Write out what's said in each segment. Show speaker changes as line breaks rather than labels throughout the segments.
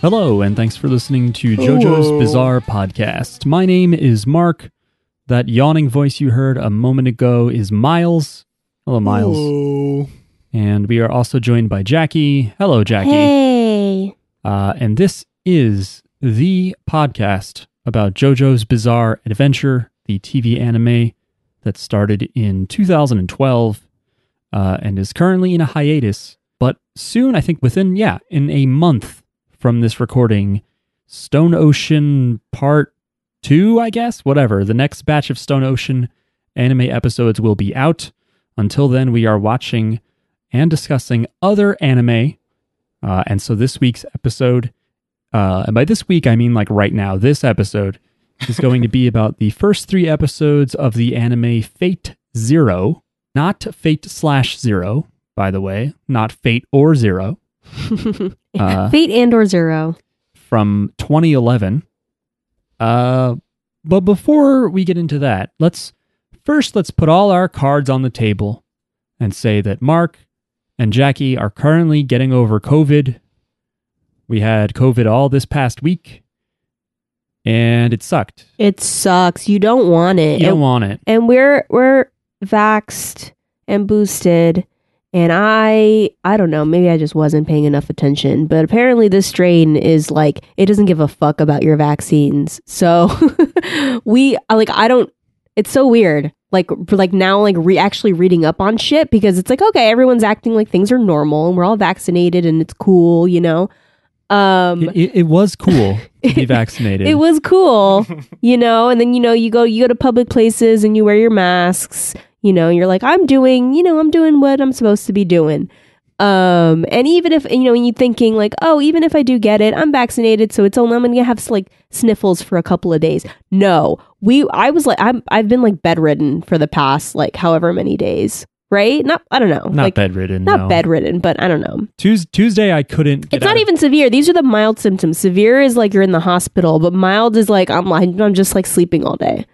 Hello, and thanks for listening to JoJo's Bizarre Podcast. My name is Mark. That yawning voice you heard a moment ago is Miles. Hello, Miles. And we are also joined by Jackie. Hello, Jackie.
Hey.
Uh, and this is the podcast about JoJo's Bizarre Adventure, the TV anime that started in 2012 uh, and is currently in a hiatus. But soon, I think within, yeah, in a month from this recording, Stone Ocean Part 2, I guess, whatever, the next batch of Stone Ocean anime episodes will be out. Until then, we are watching and discussing other anime uh, and so this week's episode, uh, and by this week, I mean like right now, this episode is going to be about the first three episodes of the anime Fate Zero, not Fate slash Zero, by the way, not Fate or Zero, Uh,
Fate and or zero.
from 2011. Uh, but before we get into that, let's first let's put all our cards on the table and say that Mark and Jackie are currently getting over COVID. We had COVID all this past week, and it sucked.
It sucks. You don't want
You
it.
don't
and,
want it.
and we're we're vaxxed and boosted. And I I don't know, maybe I just wasn't paying enough attention. But apparently this strain is like it doesn't give a fuck about your vaccines. So we like I don't it's so weird. Like like now like re actually reading up on shit because it's like okay, everyone's acting like things are normal and we're all vaccinated and it's cool, you know. Um
It, it- it was cool to be vaccinated.
it was cool, you know. And then you know you go you go to public places and you wear your masks. You know, you're like I'm doing, you know, I'm doing what I'm supposed to be doing. Um, and even if you know, and you thinking like, oh, even if I do get it, I'm vaccinated, so it's only I'm gonna have like sniffles for a couple of days. No, we, I was like, I'm, I've been like bedridden for the past like however many days, right? Not, I don't know,
not
like
bedridden.
not
no.
bedridden, but I don't know.
Tues- Tuesday, I couldn't. Get
It's not
out of-
even severe. These are the mild symptoms. Severe is like you're in the hospital, but mild is like I'm like I'm just like sleeping all day.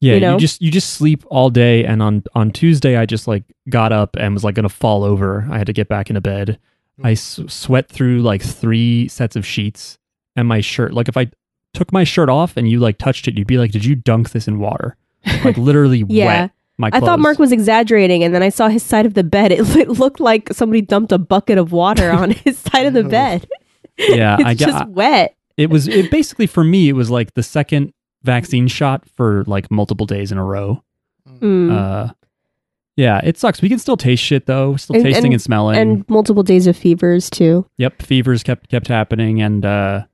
Yeah,
you know?
just you just sleep all day, and on on Tuesday I just like got up and was like gonna fall over. I had to get back into bed. I s- sweat through like three sets of sheets and my shirt. Like if I took my shirt off and you like touched it, you'd be like, "Did you dunk this in water?" Like literally
Yeah.
wet. My
I
clothes.
thought Mark was exaggerating, and then I saw his side of the bed. It, it looked like somebody dumped a bucket of water on his side of the
Ew.
bed.
Yeah,
it's
I get-
just wet.
it was it basically for me. It was like the second vaccine shot for like multiple days in a row.
Mm.
Uh, yeah, it sucks. We can still taste shit though. Still
And-
tasting and,
and-
smelling.
and multiple days of fevers too.
Yep, fevers kept kept happening, and uh,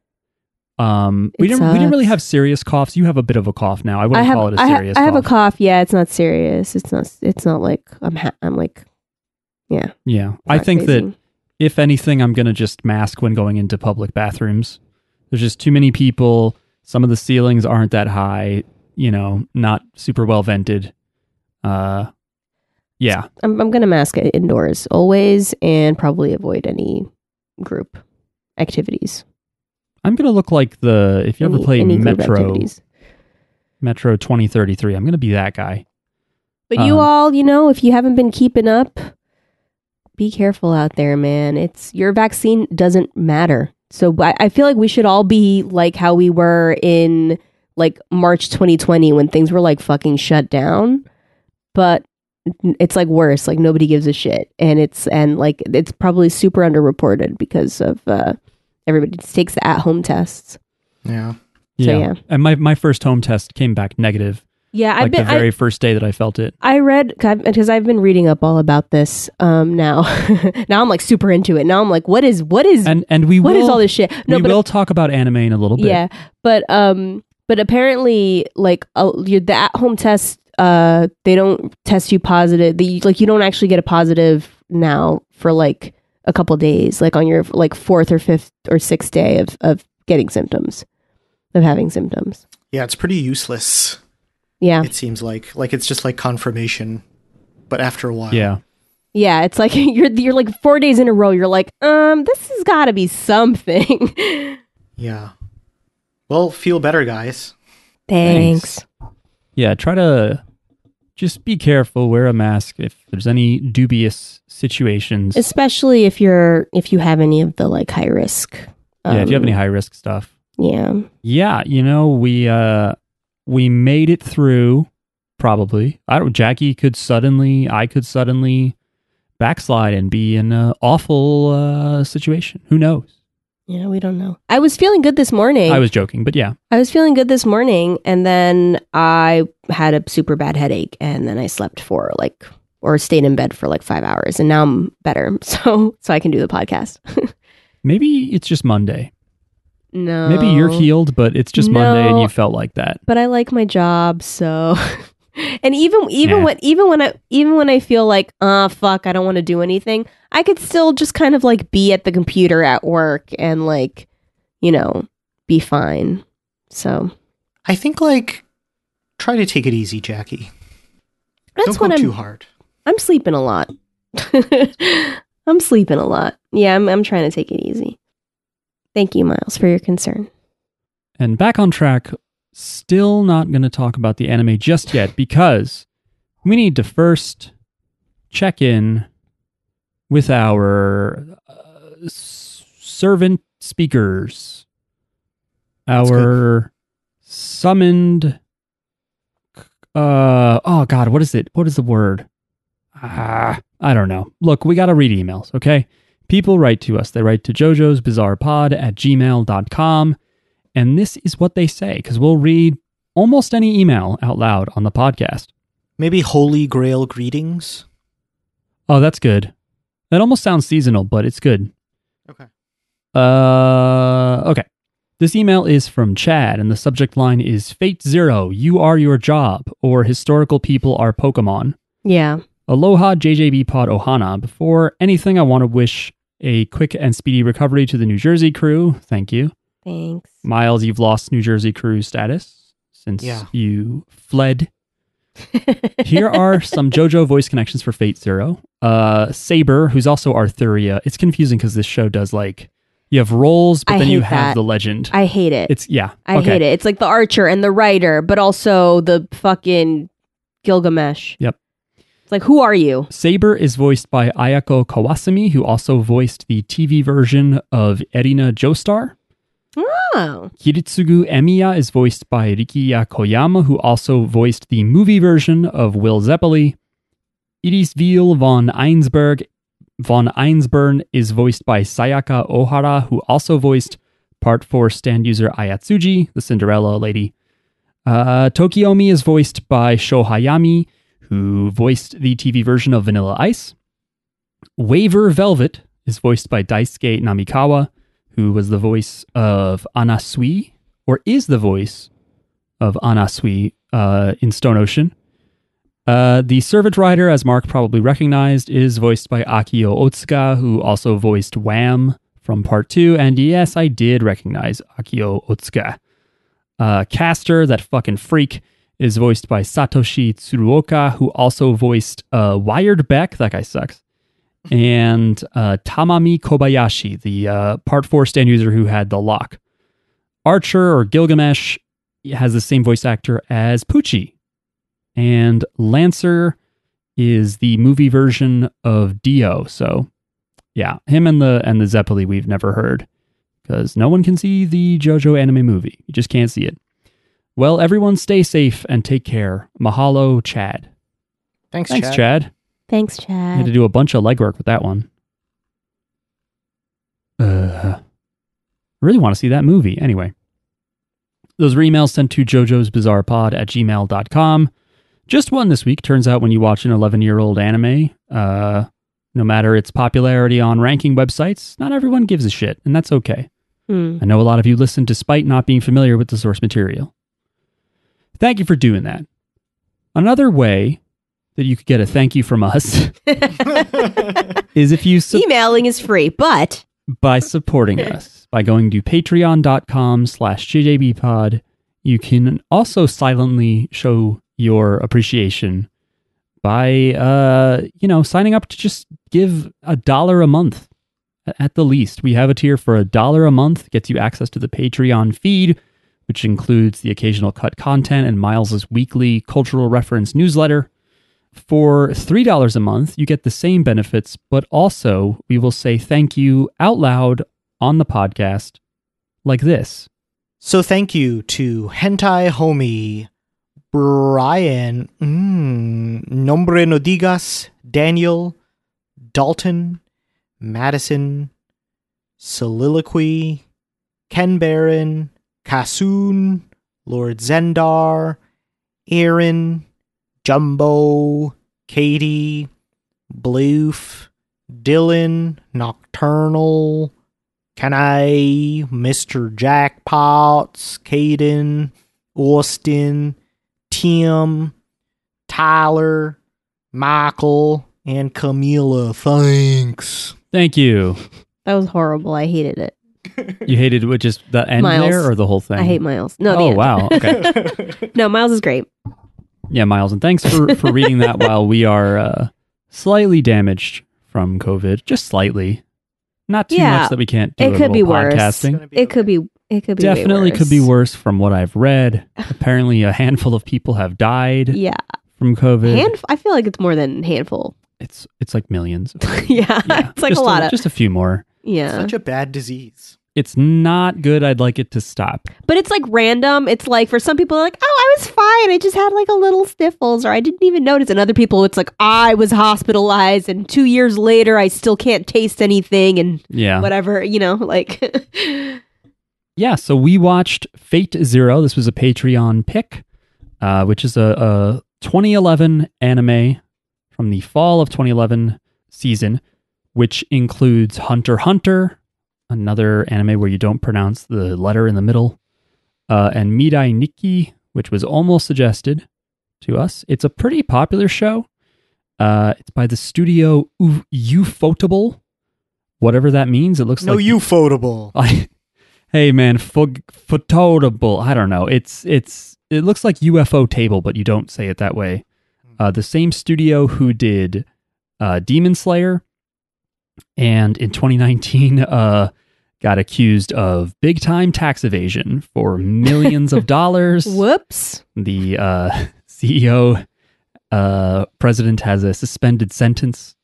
um, we
It
didn't we didn't really
sucks.
have serious coughs. You have a bit of a cough now. I
I
wouldn't
have
call it a
I, ha-
serious.
I have a
cough.
cough. Yeah, it's not serious. It's not. It's not like I'm. Ha- I'm like.
Yeah, I
not
think that
crazy.
if anything, I'm gonna just mask when going into public bathrooms. There's just too many people. Some of the ceilings aren't that high. You know, not super well vented. Uh, yeah,
I'm, I'm gonna mask it indoors always, and probably avoid any group activities.
I'm gonna look like the if you ever
Any-
play
any group
Metro
activities.
Metro 2033. I'm gonna be that guy.
But you
Um,
all, you know, if you haven't been keeping up, be careful out there, man. It's your vaccine doesn't matter. So I, I feel like we should all be like how we were in like March 2020 when things were like fucking shut down. But it's like worse. Like nobody gives a shit, and it's and like it's probably super underreported because of uh, everybody just takes the at-home tests.
Yeah.
So, yeah.
And my my first home test came back negative.
Yeah,
like the very first day that I felt it.
I read because I've been reading up all about this um, now. now I'm like super into it. Now I'm like, what is what is
And and we
what
will
is all this shit? No,
we
but
will talk about anime in a little bit.
yeah, but um, but apparently, like uh, you're, the at home test, uh, they don't test you positive. The, like you don't actually get a positive now for like a couple days, like on your like fourth or fifth or sixth day of of getting symptoms, of having symptoms.
Yeah, it's pretty useless.
Yeah,
It seems like like it's just like confirmation, but after a while.
Yeah.
Yeah, it's like you're you're like four days in a row. You're like, um, this has got to be something.
Yeah. Well, feel better, guys.
Thanks. Yeah, try to just be careful, wear a mask if there's any dubious situations.
especially if you're if you have any of the like high risk um,
yeah, if you have any high risk stuff.
yeah,
Yeah, you know, we uh we made it through probably. I don't Jackie could suddenly, I could suddenly backslide and be in an awful uh situation. Who knows?
yeah, we don't know. I was feeling good this morning.
I was joking, but yeah.
I was feeling good this morning, and then I had a super bad headache, and then I slept for like or stayed in bed for like five hours, and now I'm better, so so I can do the podcast.
Maybe it's just Monday.
no,
Maybe you're healed, but it's just Monday and
No.
you felt like that.
but I like my job, so. And even even
Yeah.
when even when I even when I feel like ah fuck I don't want to do anything I could still just kind of like be at the computer at work and like you know be fine so
I think like try to take it easy, Jackie.
that's
Don't
what
go
I'm
too hard.
I'm sleeping a lot. I'm sleeping a lot. Yeah, I'm, I'm trying to take it easy. Thank you, Miles, for your concern.
And back on track, still not going to talk about the anime just yet because we need to first check in with our uh, s- servant speakers,
That's good.
our summoned. Uh oh God, what is it? What is the word? Ah, I don't know. Look, we gotta read emails, okay? People write to us. They write to Jojo's Bizarre Pod at gmail.com. And this is what they say, because we'll read almost any email out loud on the podcast.
Maybe holy grail greetings.
Oh, that's good. That almost sounds seasonal, but it's good.
Okay.
Uh, okay. This email is from Chad, and the subject line is Fate Zero, You Are Your Job, or Historical People Are Pokemon.
Yeah.
Aloha JJB Pod Ohana. Before anything, I want to wish a quick and speedy recovery to the New Jersey crew. Thank you.
Thanks.
Mm.
Miles, you've lost New Jersey crew status since
Yeah.
you fled here are some JoJo voice connections for Fate Zero. Uh, Saber, who's also Arthuria. It's confusing because this show does like you have roles, but
I
then you
hate
have
that.
the legend.
I hate it.
it's yeah.
I hate it. It's like the archer and the writer, but also the fucking Gilgamesh.
Yep.
It's like, who are you?
Saber is voiced by Ayako Kawasami, who also voiced the TV version of Erina Joestar.
Oh.
Kiritsugu Emiya is voiced by Rikiya Koyama, who also voiced the movie version of Will Zeppeli. Iris Viel von Einsberg von Einsburn is voiced by Sayaka Ohara, who also voiced Part 4 stand user Ayatsuji, the Cinderella lady. Uh, Tokiomi is voiced by Shohayami, who voiced the TV version of Vanilla Ice. Waver Velvet is voiced by Daisuke Namikawa, who was the voice of Anasui, or is the voice of Anasui uh, in Stone Ocean. Uh, the servant rider, as Mark probably recognized, is voiced by Akio Otsuka, who also voiced Wham from Part 2. And yes, I did recognize Akio Otsuka. Uh, Caster, that fucking freak, is voiced by Satoshi Tsuruoka, who also voiced uh, Wired Beck. That guy sucks and uh, Tamami Kobayashi, the uh, Part 4 stand user who had the lock. Archer or Gilgamesh has the same voice actor as Poochie. And Lancer is the movie version of Dio. So, yeah, him and the and the Zeppeli we've never heard because no one can see the JoJo anime movie. You just can't see it. Well, everyone stay safe and take care. Mahalo, Chad.
Thanks,
Thanks,
Chad.
Chad.
Thanks,
I had to
Chad.
do a bunch of legwork with that one. Uh, I really want to see that movie. Anyway, those were emails sent to Jojo's Bizarre Pod at gmail.com. Just one this week. Turns out when you watch an 11 year old anime, uh, no matter its popularity on ranking websites, not everyone gives a shit, and that's okay.
Hmm.
I know a lot of you listen despite not being familiar with the source material. Thank you for doing that. Another way that you could get a thank you from us is if you sub-
Emailing is free, but
by supporting us by going to patreon.com slash jjbpod you can also silently show your appreciation by uh you know signing up to just give a dollar a month a- at the least we have a tier for a dollar a month gets you access to the patreon feed which includes the occasional cut content and miles's weekly cultural reference newsletter for $3 a month, you get the same benefits, but also we will say thank you out loud on the podcast like this.
So thank you to Hentai Homie, Brian, mm, Nombre No Digas, Daniel, Dalton, Madison, Soliloquy, Ken Baron, Kassoon, Lord Zendar, Aaron, Jumbo, Katie, Bloof, Dylan, Nocturnal, can I, Mr. Jackpots, Caden, Austin, Tim, Tyler, Michael, and Camila. Thanks.
Thank you.
That was horrible. I hated it.
You hated what just the end
Miles.
there or the whole thing?
I hate Miles. No, the
Oh
end.
wow. Okay.
no, Miles is great.
Yeah, Miles, and thanks for for reading that while we are uh, slightly damaged from COVID, just slightly. Not too
Yeah,
much that we can't do.
it
a
could
little
be worse.
podcasting.
It could be. It could be. way
Definitely could be worse
worse.
from what I've read. Apparently, a handful of people have died
Yeah,
from COVID.
Hand, I feel like it's more than handful.
it's it's like millions.
yeah,
Yeah,
it's like
just
a lot of
just a few more.
yeah.
Such a bad disease.
It's not good. I'd like it to stop.
But it's like random. It's like for some people, like, oh, I was fine. I just had like a little sniffles, or I didn't even notice. And other people, it's like I was hospitalized, and two years later, I still can't taste anything, and
Yeah.
whatever, you know, like.
Yeah, so we watched Fate Zero. This was a Patreon pick, uh, which is a, a 2011 anime from the fall of 2011 season, which includes Hunter x Hunter, another anime where you don't pronounce the letter in the middle, uh, and Midai Nikki, which was almost suggested to us. It's a pretty popular show. Uh, it's by the studio U- Ufotable, whatever that means. It looks
No,
like
you photable.
I, hey man, fog- phototable. I don't know. It's it's it looks like UFO table, but you don't say it that way. Uh, the same studio who did uh, Demon Slayer, and in 2019, uh, got accused of big time tax evasion for millions of dollars
Whoops.
the uh, CEO uh, president has a suspended sentence.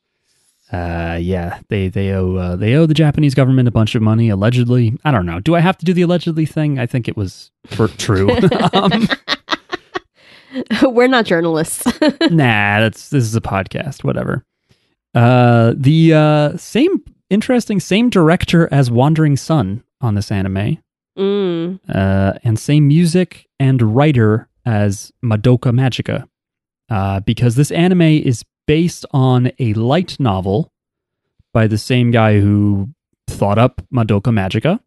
Uh, yeah, they they owe uh, they owe the Japanese government a bunch of money allegedly. I don't know. Do I have to do the allegedly thing? I think it was for true. um,
We're not journalists.
nah, that's this is a podcast. Whatever. Uh, the uh, same interesting same director as Wandering Sun on this anime,
mm.
uh, and same music and writer as Madoka Magica, uh, because this anime is based on a light novel by the same guy who thought up Madoka Magica.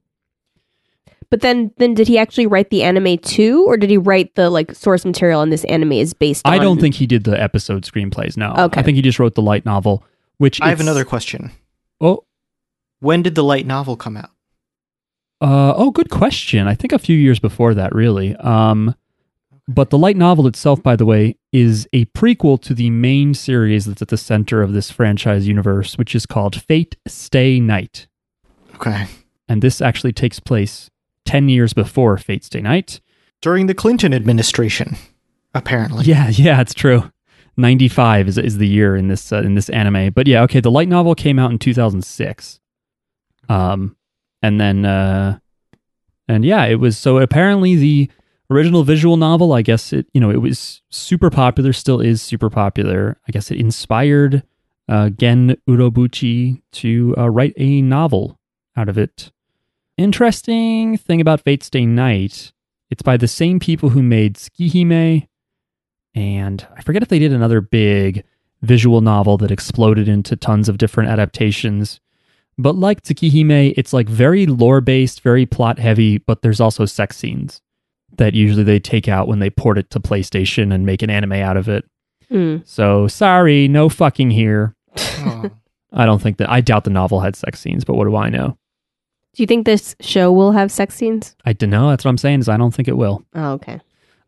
But then, then did he actually write the anime too, or did he write the like source material? And this anime is based. on
I don't think he did the episode screenplays. No,
Okay.
I think he just wrote the light novel. Which
I have
it's-
another question.
Oh,
When did the light novel come out?
uh, oh, good question. I think a few years before that, really. Um, but the light novel itself, by the way, is a prequel to the main series that's at the center of this franchise universe, which is called Fate Stay Night.
Okay.
And this actually takes place 10 years before Fate Stay Night.
During the Clinton administration, apparently.
Yeah, yeah, it's true. 95 is, is the year in this uh, in this anime. But yeah, okay, the light novel came out in 2006. Um and then uh and yeah, it was so apparently the original visual novel, I guess it, you know, it was super popular, still is super popular. I guess it inspired uh Gen Urobuchi to uh, write a novel out of it. Interesting thing about Fate Stay Night, it's by the same people who made Tsukihime and I forget if they did another big visual novel that exploded into tons of different adaptations. But like Tsukihime, it's like very lore based, very plot heavy, but there's also sex scenes that usually they take out when they port it to PlayStation and make an anime out of it.
Mm.
So sorry, no fucking here.
Oh.
I don't think that I doubt the novel had sex scenes, but what do I know?
Do you think this show will have sex scenes?
I don't know. That's what I'm saying is I don't think it will.
Oh, okay.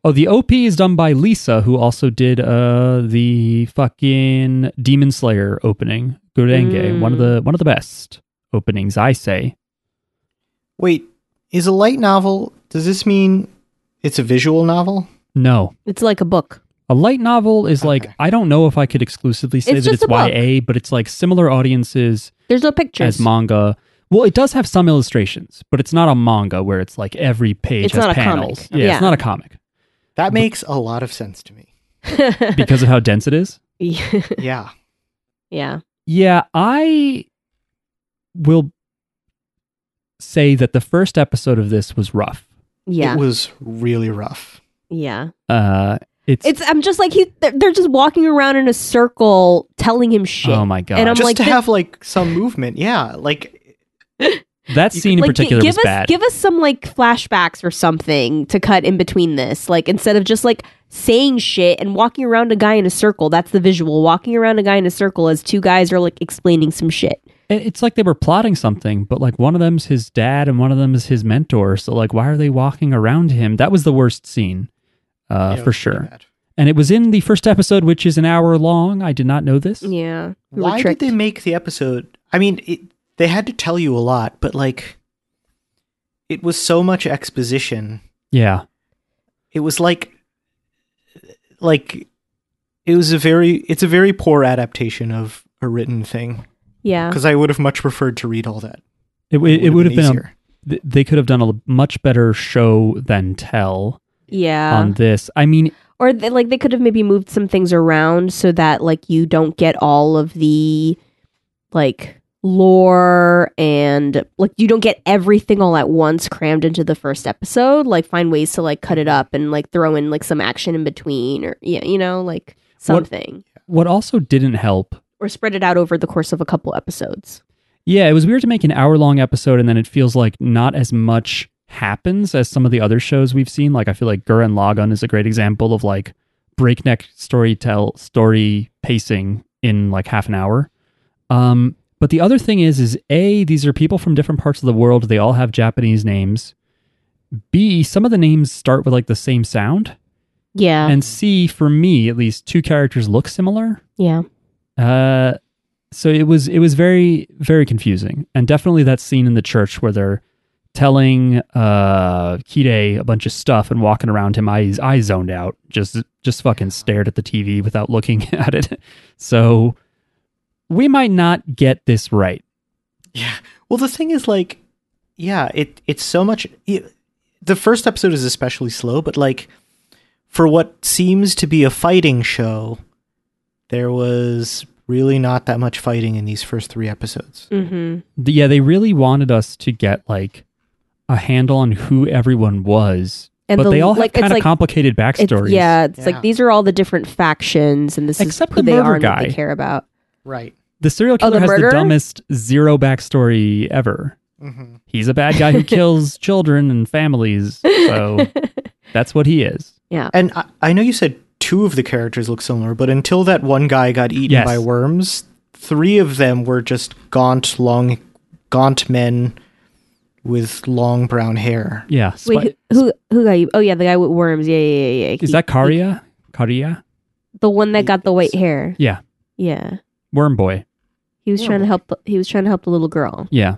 Oh, the OP is done by Lisa, who also did uh the fucking Demon Slayer opening, Gurenge,
Mm.
one of the one of the best openings, I say.
Wait, is a light novel, does this mean it's a visual novel?
No,
It's like a book.
a light novel is like
Okay.
I don't know if I could exclusively say
It's
that
just
it's
a book.
YA, but it's like similar audiences
There's no pictures.
as manga, Well, it does have some illustrations, but it's not a manga where it's like every page
It's
has
not a
panels.
comic.
Yeah,
Yeah.
it's not a comic
That makes a lot of sense to me.
because of how dense it is.
Yeah.
yeah.
Yeah, I will say that the first episode of this was rough.
Yeah.
It was really rough.
yeah.
Uh, it's,
It's I'm just like he they're, they're just walking around in a circle telling him shit.
oh my god,
And I'm
Just
like,
to
thi-
have like some movement. Yeah. Like
that
you could-
scene in
like, gi-
particular
give
was
us
bad.
give us some like flashbacks or something to cut in between this. Like instead of just like saying shit and walking around a guy in a circle. That's the visual. Walking around a guy in a circle as two guys are like explaining some shit.
It- it's like they were plotting something, but like one of them's his dad and one of them is his mentor. So like, why are they walking around him? That was the worst scene, uh,
yeah,
for
it was pretty
sure.
bad.
And it was in the first episode, which is an hour long. I did not know this.
Yeah. We were
Why did
tricked.
they make the episode? I mean, it, they had to tell you a lot, but like it was so much exposition.
Yeah.
It was like like it was a very it's a very poor adaptation of a written thing
Yeah.
because I would have much preferred to read all that.
It, w- it would have been,
easier.
a, th- they could have done a l- much better show than tell
Yeah.
on this. I mean,
or they, like they could have maybe moved some things around so that like you don't get all of the like lore and like you don't get everything all at once crammed into the first episode like find ways to like cut it up and like throw in like some action in between or yeah you know like something
what also didn't help.
or spread it out over the course of a couple episodes
Yeah, it was weird to make an hour long episode and then it feels like not as much happens as some of the other shows we've seen. Like I feel like Gurren Lagann is a great example of like breakneck story tell story pacing in like half an hour. Um, but the other thing is, is a these are people from different parts of the world. They all have Japanese names. B some of the names start with like the same sound,
yeah
and C for me at least two characters look similar.
yeah
Uh, so it was it was very very confusing, and definitely that scene in the church where they're telling uh Kide a bunch of stuff and walking around him. I I zoned out, just just fucking stared at the TV without looking at it. So we might not get this right.
Yeah. Well, the thing is, like, yeah, it it's so much. It, the first episode is especially slow, but like, for what seems to be a fighting show, there was really not that much fighting in these first three episodes.
mm-hmm
The- yeah, they really wanted us to get like a handle on who everyone was,
and
but
the,
they all have
like
kind
it's
of
like
complicated
it's,
backstories.
yeah it's
Yeah.
like these are all the different factions and this
Except
is who
the
they
murder
are and what
guy.
they care about
Right.
the serial
Oh,
killer
the
has the
murderer?
dumbest zero backstory ever.
Mm-hmm.
he's a bad guy who kills children and families. So that's what he is.
And I, I know you said two of the characters look similar, but until that one guy got eaten
Yes.
by worms, three of them were just gaunt, long, gaunt men with long brown hair.
Yeah. Spi-
Wait, who, who who got you? Oh yeah, the guy with worms. Yeah, yeah, yeah. yeah.
is
He-
that Karia? Karia?
the one that got the white
Yes.
hair?
Yeah.
Yeah,
Worm boy.
he was
Yeah.
trying to help. He was trying to help the little girl.
Yeah.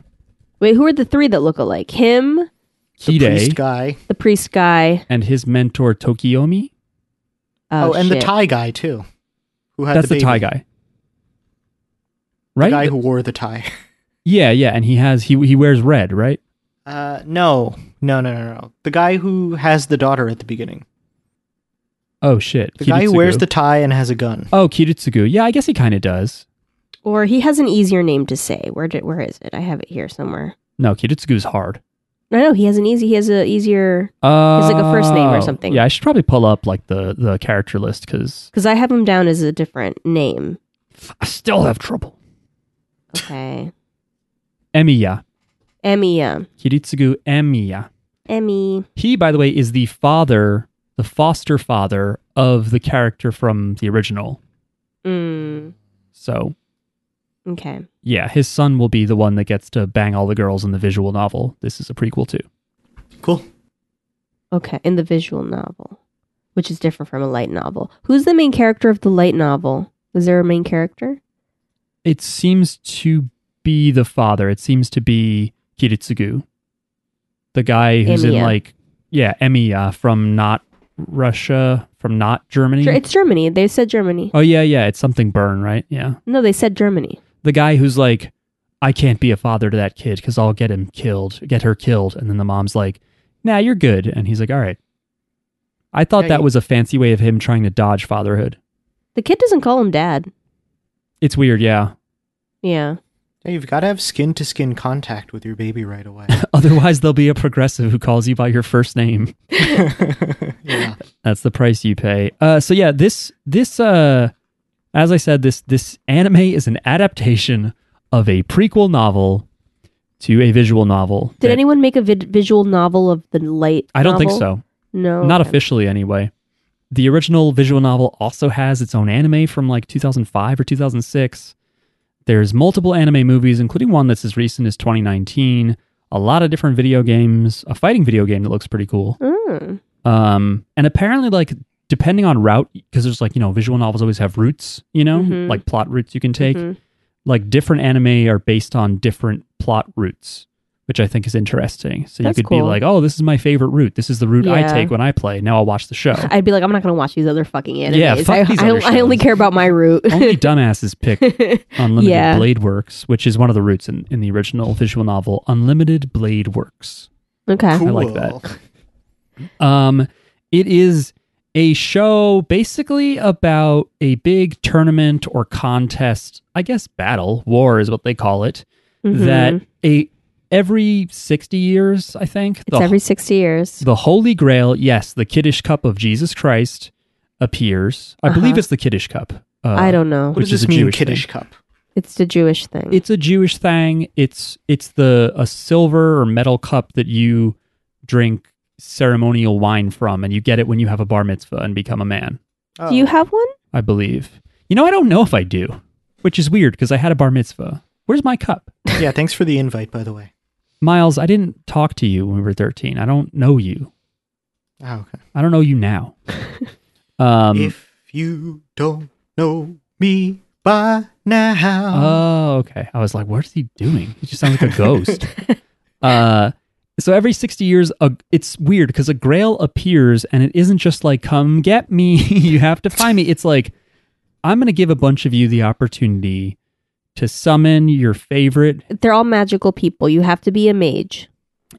Wait, who are the three that look alike? Him,
The priest
Kide
guy.
the priest guy.
and his mentor Tokiomi.
Oh,
Oh, and
shit.
the tie guy too, who had
That's the,
baby.
Thai guy. Right?
the guy who wore the tie.
yeah, yeah, and he has he he wears red, right?
Uh, no, no, no, no, no. The guy who has the daughter at the beginning.
Oh shit.
The guy who wears
Kiritsugu.
the tie and has a gun.
Oh, Kiritsugu. Yeah, I guess he kind of does.
Or he has an easier name to say. Where did? Where is it? I have it here somewhere.
No, Kiritsugu's hard.
No, no, he has an easy. He has a easier
Uh,
like a first name or something.
Yeah, I should probably pull up like the the character list because
because I have him down as a different name.
I still have trouble.
Okay,
Emiya,
Emiya,
Kiritsugu Emiya.
Emmy.
He, by the way, is the father, the foster father of the character from the original.
Mm,
So,
okay,
yeah, his son will be the one that gets to bang all the girls in the visual novel. This is a prequel too.
Cool.
okay. In the visual novel, which is different from a light novel. Who's the main character of the light novel? Is there a main character?
It seems to be the father. It seems to be Kiritsugu, the guy who's in
Emiya.
like, yeah, Emiya from not Russia, from not Germany.
Sure, it's Germany. They said Germany.
oh yeah, yeah, it's something burn, right? Yeah,
No, they said Germany.
the guy who's like, I can't be a father to that kid because I'll get him killed, get her killed. And then the mom's like, nah, you're good. And he's like, all right. I thought
Yeah,
that
you-
was a fancy way of him trying to dodge fatherhood.
The kid doesn't call him dad.
It's weird, yeah.
Yeah.
Yeah, you've got to have skin to skin contact with your baby right away.
Otherwise, there'll be a progressive who calls you by your first name.
yeah.
That's the price you pay. Uh, so yeah, this this uh, as I said, this this anime is an adaptation of a prequel novel to a visual novel.
Did
that-
anyone make a vid- visual novel of the light?
I don't think
novel?
so.
No.
Not
okay.
officially, anyway. The original visual novel also has its own anime from like 2005 or 2006. There's multiple anime movies, including one that's as recent as 2019. A lot of different video games. A fighting video game that looks pretty cool.
Mm.
Um, and apparently, like depending on route, because there's like you know visual novels always have routes, you know,
Mhm.
like plot routes you can take.
Mhm.
Like different anime are based on different plot routes, which I think is interesting. So
That's
you could be
cool.
like, oh, this is my favorite route. This is the route I
Yeah.
take when I play. Now I'll watch the show.
I'd be like, I'm not going to watch these other fucking animes.
Yeah, fuck
I,
these other
I, I only
shows. Oh.
care about my route.
Only dumbasses pick Unlimited
Yeah.
Blade Works, which is one of the routes in, in the original visual novel, Unlimited Blade Works.
okay.
I like that. Um, it is a show basically about a big tournament or contest, I guess battle, war is what they call it, that
Mhm.
a every 60 years, I think,
it's every 60 years.
the Holy Grail, yes, the Kiddish Cup of Jesus Christ appears. I believe
Uh-huh.
it's the Kiddish Cup. Uh,
I don't know.
What
Which
does
is
this
a
mean,
Jewish
kiddish cup?
It's the Jewish thing.
it's a Jewish thing. It's it's the a silver or metal cup that you drink ceremonial wine from, and you get it when you have a bar mitzvah and become a man.
Oh.
Do you have one?
I believe. You know, I don't know if I do, which is weird because I had a bar mitzvah. Where's my cup,
yeah, thanks for the invite, by the way.
Miles? I didn't talk to you when we were thirteen. I don't know you.
Oh, okay.
I don't know you now. um.
if you don't know me by now.
Oh, okay. I was like, what is he doing? He just sounds like a ghost. uh, so every 60 years, a, it's weird because a grail appears and it isn't just like, come get me. you have to find me. It's like, I'm going to give a bunch of you the opportunity to summon your favorite.
They're all magical people. You have to be a mage.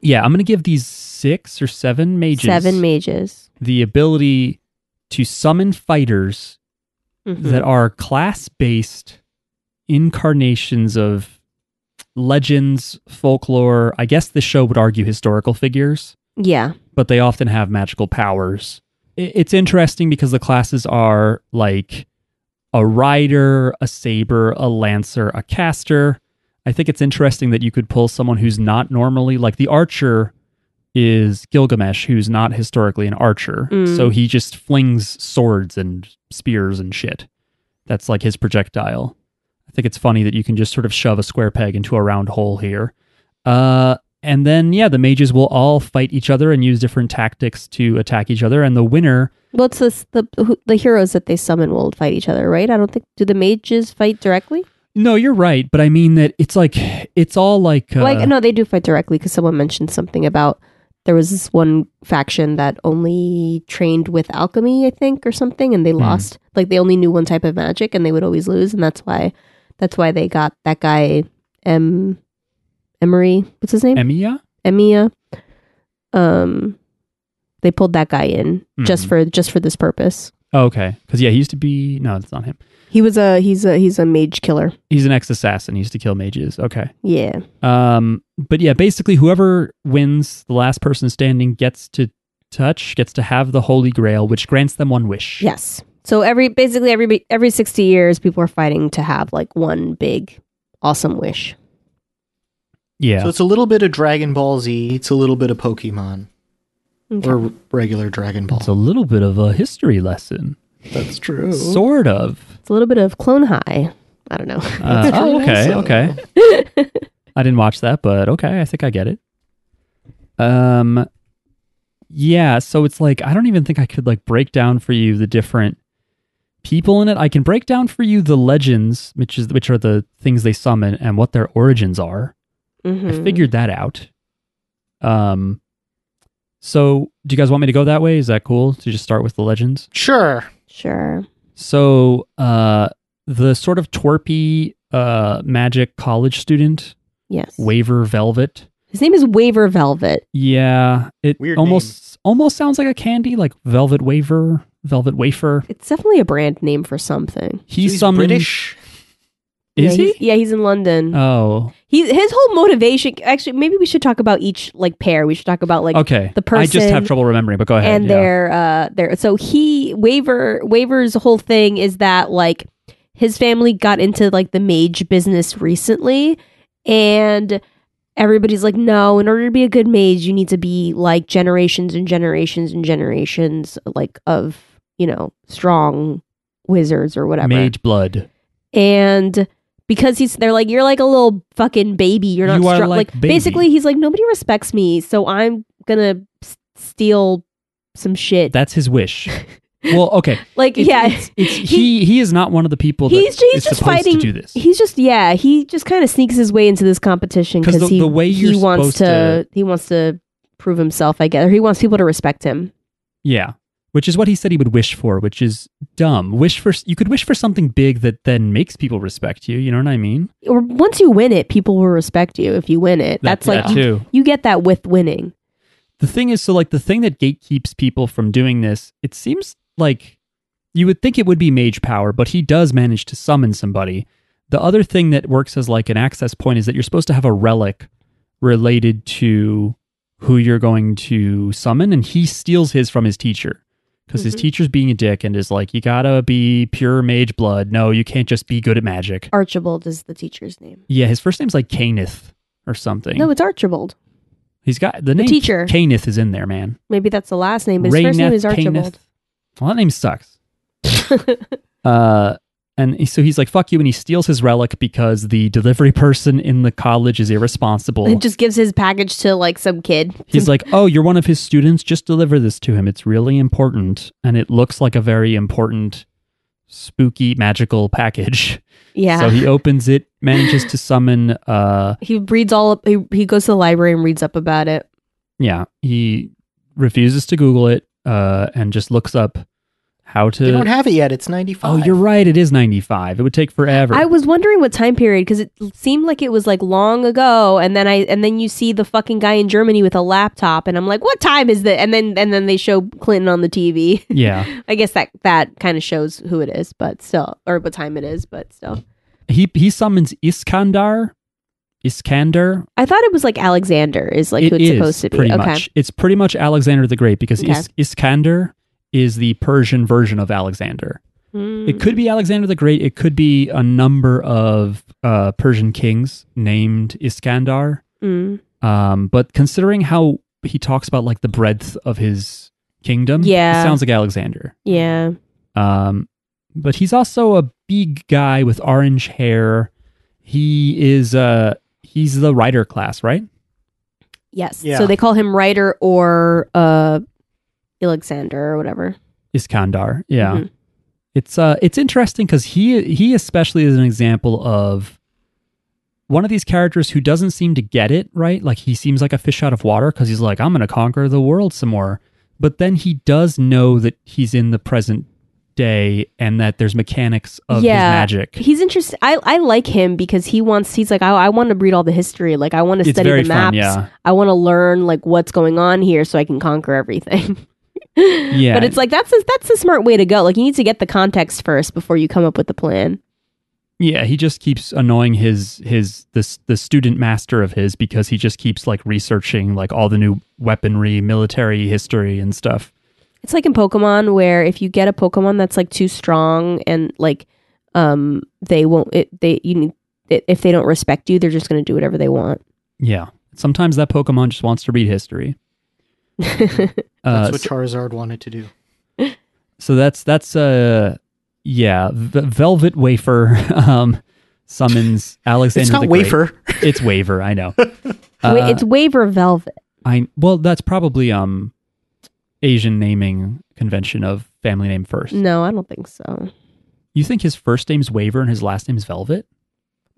Yeah, I'm going to give these six or seven mages
Seven mages.
the ability to summon fighters
Mhm.
that are class based incarnations of legends, folklore. I guess the show would argue historical figures,
yeah.
but they often have magical powers. I- It's interesting because the classes are like a rider, a saber, a lancer, a caster. I think it's interesting that you could pull someone who's not normally like the archer is Gilgamesh, who's not historically an archer.
Mm.
So he just flings swords and spears and shit. That's like his projectile. I think it's funny that you can just sort of shove a square peg into a round hole here. Uh, and then, yeah, the mages will all fight each other and use different tactics to attack each other. And the winner,
Well, it's this, the who- the heroes that they summon will fight each other, right? I don't think do the mages fight directly.
no, you're right, but I mean that it's like, it's all like, uh,
like no, they do fight directly because someone mentioned something about there was this one faction that only trained with alchemy, I think, or something, and they
Mm-hmm.
lost. Like they only knew one type of magic, and they would always lose, and that's why that's why they got that guy M. Emery, what's his name?
Emiya?
Emia. Um, they pulled that guy in just
Mhm.
for just for this purpose.
Oh, okay. Because, yeah, he used to be, no, it's not him.
He was a he's a he's a mage killer.
He's an ex assassin. He used to kill mages. Okay.
Yeah.
Um, but yeah, basically, whoever wins, the last person standing gets to touch, gets to have the Holy Grail, which grants them one wish.
Yes. So every basically every every 60 years people are fighting to have like one big awesome wish.
Yeah.
So it's a little bit of Dragon Ball Z, it's a little bit of Pokemon, or r- regular Dragon Ball.
It's a little bit of a history lesson,
That's true.
sort of.
It's a little bit of clone high. I don't know.
Uh, oh, okay,
also.
okay. I didn't watch that, but okay, I think I get it. Um, yeah. So it's like I don't even think I could like break down for you the different people in it. I can break down for you the legends, which is which are the things they summon and what their origins are. I
Mhm.
figured that out. Um, so do you guys want me to go that way? Is that cool to just start with the legends?
Sure.
Sure.
So uh, the sort of twerpy uh, magic college student,
Yes.
Waver Velvet.
His name is Waver Velvet.
Yeah, it
Weird
almost almost sounds like a candy, like Velvet Waver, Velvet Wafer.
It's definitely a brand name for something.
He
So he's
summoned-
British.
Is
yeah,
he?
He's, yeah, he's in London.
Oh,
he his whole motivation. Actually, maybe we should talk about each like pair. We should talk about like
okay.
the
I just have
person
trouble remembering, but go ahead.
and
yeah.
their uh their so he Waver Waver's whole thing is that like his family got into like the mage business recently and everybody's like no in order to be a good mage you need to be like generations and generations and generations like of you know strong wizards or whatever
Mage blood.
and because he's they're like you're like a little fucking baby you're not
You are
strong
like
like,
baby.
basically he's like nobody respects me so i'm gonna s- steal some shit
That's his wish. well, okay.
like
It's-
yeah
it's, it's, he, he is not one of the people that
He's- he's
is
just
supposed to
fighting-
do this.
he's just yeah he just kind of sneaks his way into this competition
'Cause
because
the-
he,
the way
he
you're
wants to,
supposed
he wants to prove himself i guess or he wants people to respect him
Yeah, which is what he said he would wish for, which is dumb. Wish for you could wish for something big that then makes people respect you. You know what I mean?
or once you win it people will respect you if you win it that's like
that
you,
too.
you get that with winning
The thing is, so like the thing that gatekeeps people from doing this, it seems like you would think it would be mage power, but he does manage to summon somebody. The other thing that works as like an access point is that you're supposed to have a relic related to who you're going to summon, and he steals his from his teacher because his
Mhm.
teacher's being a dick and is like, "You gotta be pure mage blood. No, you can't just be good at magic."
archibald is the teacher's name
Yeah, his first name's like Caneth or something.
no it's archibald
he's got the, name
teacher.
Caneth is in there, man.
maybe that's the last name but his first name
Rayneth
is archibald
Kayneth. Well, that name sucks. uh, and he- so he's like, "Fuck you," and he steals his relic because the delivery person in the college is irresponsible.
It just gives his package to like some kid.
he's like, "Oh, you're one of his students. Just deliver this to him. It's really important, and it looks like a very important." Spooky magical package.
yeah.
So he opens it, manages to summon uh
he reads all up. He, he goes to the library and reads up about it.
yeah, he refuses to Google it, uh, and just looks up how to
They don't have it yet. It's ninety
Oh,
five.
you're right. It is 95. It would take forever.
I was wondering what time period because it seemed like it was like long ago, and then I and then you see the fucking guy in Germany with a laptop, and I'm like, what time is that? And then and then they show Clinton on the TV.
yeah.
I guess that that kind of shows who it is, but still, or what time it is, but still.
He he summons Iskandar. Iskander.
I thought it was like Alexander is like
It
who it's
is,
supposed to be.
Pretty
okay,
much. It's pretty much Alexander the Great because
Okay.
Is- Iskander is the Persian version of Alexander.
Hmm.
It could be Alexander the Great. It could be a number of uh, Persian kings named Iskandar.
Hmm.
Um, but considering how he talks about like the breadth of his kingdom,
Yeah.
it sounds like Alexander.
yeah,
Um, but he's also a big guy with orange hair. He is uh he's the writer class, right?
yes.
Yeah.
So they call him writer or uh, Alexander or whatever.
Iskandar. Yeah.
Mhm.
It's uh it's interesting because he he especially is an example of one of these characters who doesn't seem to get it right. Like he seems like a fish out of water because he's like, I'm gonna conquer the world some more. But then he does know that he's in the present day and that there's mechanics of his
Yeah.
magic.
He's interesting. I, I like him because he wants. He's like, I, I want to read all the history. Like, I want to
it's
study
very
the
fun,
maps.
yeah.
I want to learn like what's going on here so I can conquer everything.
Yeah.
But it's like that's a, that's a smart way to go. Like you need to get the context first before you come up with the plan.
Yeah, he just keeps annoying his his this the student master of his because he just keeps like researching like all the new weaponry, military history and stuff.
It's like in Pokemon where if you get a Pokemon that's like too strong and like um they won't it they you need i- if they don't respect you they're just going to do whatever they want.
Yeah. Sometimes that Pokemon just wants to read history.
That's
Uh,
what Charizard wanted to do.
so that's that's uh yeah, v- Velvet Wafer um summons Alexander
It's not
the Great.
wafer.
It's Waver, I know.
Wa-
Uh,
it's Waver Velvet.
I well that's probably um Asian naming convention of family name first.
No, I don't think so.
You think his first name's Waver and his last name's Velvet?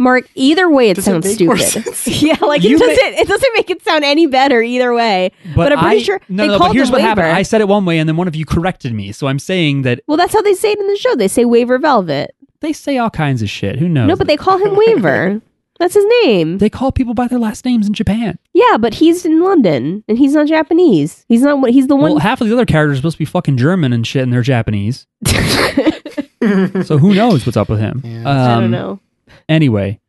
Mark, either way it
Does it
sounds
make more
stupid.
sense?
yeah, like
You
it
ma-
doesn't it doesn't make it sound any better either way. But I'm pretty
I-
sure
no,
they
no, no, but
called
here's
him
what happened.
waiver.
I said it one way, and then one of you corrected me. So I'm saying that
Well, that's how they say it in the show. They say Waver Velvet.
They say all kinds of shit. Who knows?
No, but they call him Weaver. That's his name.
they call people by their last names in Japan.
Yeah, but he's in London and he's not Japanese. He's not what he's the one.
Well, half of the other characters are supposed to be fucking German and shit, and they're Japanese. So who knows what's up with him?
Yeah.
I
Um,
don't know.
Anyway,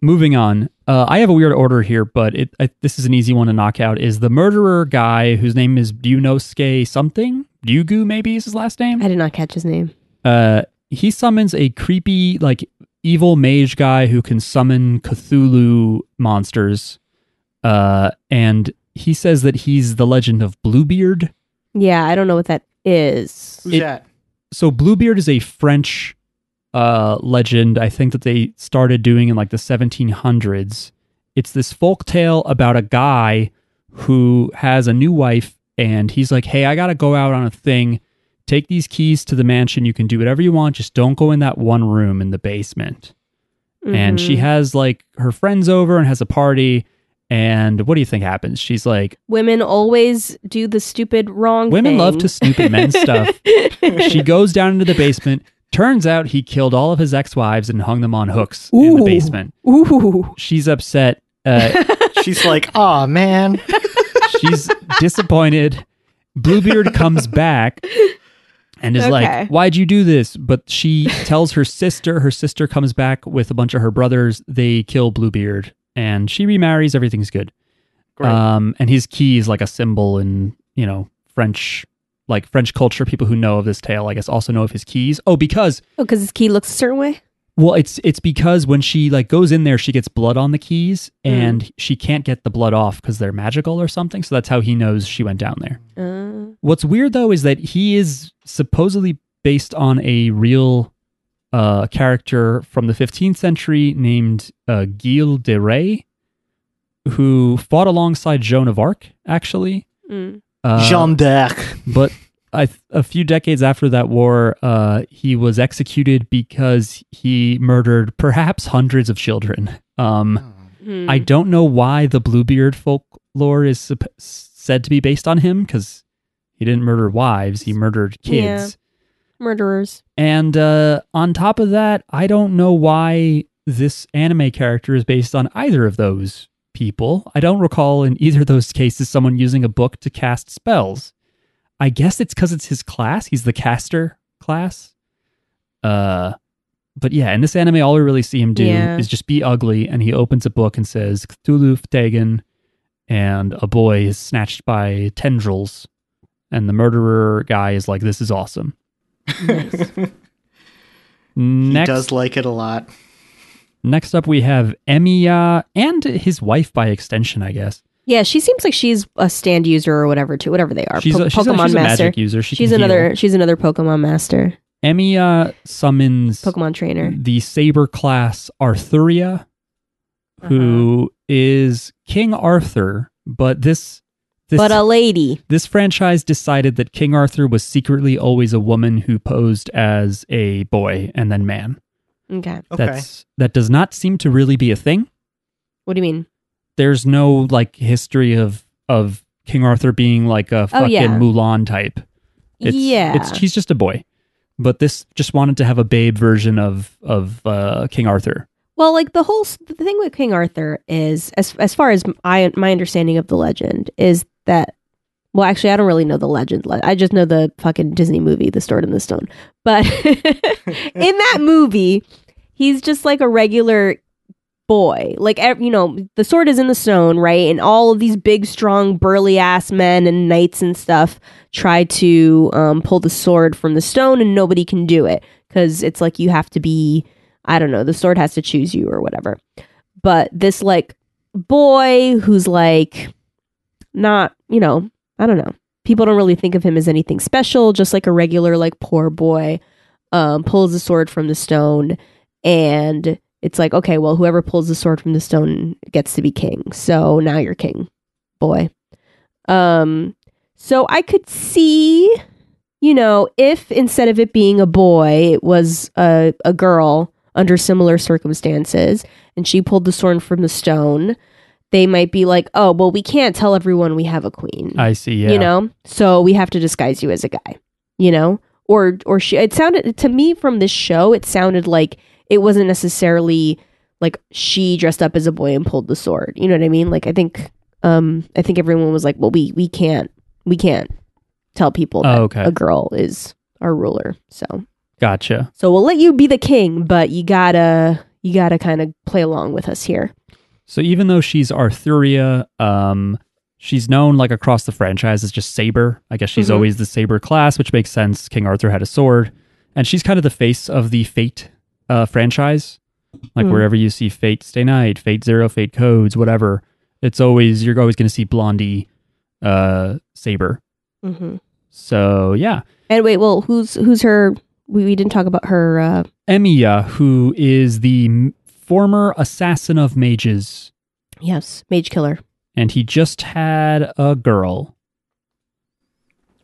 moving on. Uh, I have a weird order here, but it, I, this is an easy one to knock out. Is the murderer guy whose name is Ryunosuke something? Ryugu maybe is his last name.
I did not catch his name.
Uh, he summons a creepy, like evil mage guy who can summon Cthulhu monsters. Uh, and he says that he's the legend of Bluebeard.
Yeah, I don't know what that is.
Who's
it-
that?
so Bluebeard is a French uh, legend. I think that they started doing in like the 1700s. It's this folk tale about a guy who has a new wife, and he's like, "Hey, I gotta go out on a thing. Take these keys to the mansion. You can do whatever you want. Just don't go in that one room in the basement." And she
Mhm.
has like her friends over and has a party. And what do you think happens? She's like,
women always do the stupid wrong.
"Women love
thing.
to snoop at men's stuff." she goes down into the basement. Turns out he killed all of his ex-wives and hung them on hooks in the
Ooh.
basement.
Ooh.
She's upset. Uh,
She's like, oh man.
she's disappointed. Bluebeard comes back and is
Okay.
like, "Why'd you do this?" But she tells her sister. Her sister comes back with a bunch of her brothers. They kill Bluebeard, and she remarries. Everything's good.
Great.
Um, and his key is like a symbol in you know French, like French culture. People who know of this tale, I guess, also know of his keys. Oh, because
Oh, because his key looks a certain way.
Well, it's it's because when she like goes in there, she gets blood on the keys,
Mm.
and she can't get the blood off because they're magical or something. So that's how he knows she went down there.
Uh,
What's weird though is that he is supposedly based on a real uh, character from the 15th century named uh, Gilles de Rais, who fought alongside Joan of Arc. Actually,
mm.
uh,
Jean d'Arc.
but I, a few decades after that war, uh, he was executed because he murdered perhaps hundreds of children. Um,
Oh,
Mm.
I don't know why the Bluebeard folklore is sup- said to be based on him because he didn't murder wives, he murdered kids.
Yeah. murderers.
And uh, on top of that, I don't know why this anime character is based on either of those people. I don't recall in either of those cases someone using a book to cast spells. I guess it's because it's his class. He's the caster class. Uh, but yeah, in this anime, all we really see him do
Yeah.
is just be ugly, and he opens a book and says Cthulhu Ftagan, and a boy is snatched by tendrils, and the murderer guy is like, "This is awesome."
He
Next,
does like it a lot.
next up, we have Emiya and his wife by extension, I guess.
Yeah, she seems like she's a stand user or whatever too. Whatever they are,
She's,
Po-
a, she's, a,
Pokemon
she's a
master.
magic user. She
she's
can
another.
heal.
She's another Pokemon master.
Emiya summons
Pokemon trainer.
the saber class Arthuria,
Uh-huh.
who is King Arthur, but this this
but a lady.
this franchise decided that King Arthur was secretly always a woman who posed as a boy and then man.
Okay.
Okay.
That's that does not seem to really be a thing.
What do you mean?
there's no like history of of King Arthur being like a fucking
Oh, yeah.
Mulan type. It's,
yeah.
it's he's just a boy, but this just wanted to have a babe version of of uh, King Arthur.
Well, like the whole s- the thing with King Arthur is as as far as I my understanding of the legend is that well, actually, I don't really know the legend. le- I just know the fucking Disney movie, The Sword in the Stone. But in that movie, he's just like a regular boy. Like ev- you know, the sword is in the stone, right? And all of these big, strong, burly ass men and knights and stuff try to um, pull the sword from the stone, and nobody can do it because it's like you have to be. I don't know. The sword has to choose you or whatever. But this like boy who's like not, you know, I don't know. People don't really think of him as anything special, just like a regular like poor boy um pulls the sword from the stone and it's like, okay, well, whoever pulls the sword from the stone gets to be king. So now you're king, boy. Um so I could see you know, if instead of it being a boy, it was a, a girl under similar circumstances and she pulled the sword from the stone, they might be like, oh, well, we can't tell everyone we have a queen.
I see. Yeah.
You know? So we have to disguise you as a guy, you know? or or she it sounded to me from this show it sounded like it wasn't necessarily like she dressed up as a boy and pulled the sword you know what i mean like i think um i think everyone was like well we we can't we can't tell people that
Oh, okay.
a girl is our ruler so
Gotcha.
so we'll let you be the king but you gotta you gotta kind of play along with us here
So even though she's Arthuria, um, she's known like across the franchise as just Saber. I guess she's
Mhm.
always the Saber class, which makes sense. King Arthur had a sword, and she's kind of the face of the Fate uh, franchise. Like
Mm.
wherever you see Fate Stay Night, Fate Zero, Fate Codes, whatever, it's always you're always going to see Blondie, uh, Saber.
mm-hmm.
So yeah,
and wait well who's who's her we, we didn't talk about her uh
Emiya, who is the m- former assassin of mages,
yes mage killer
and he just had a girl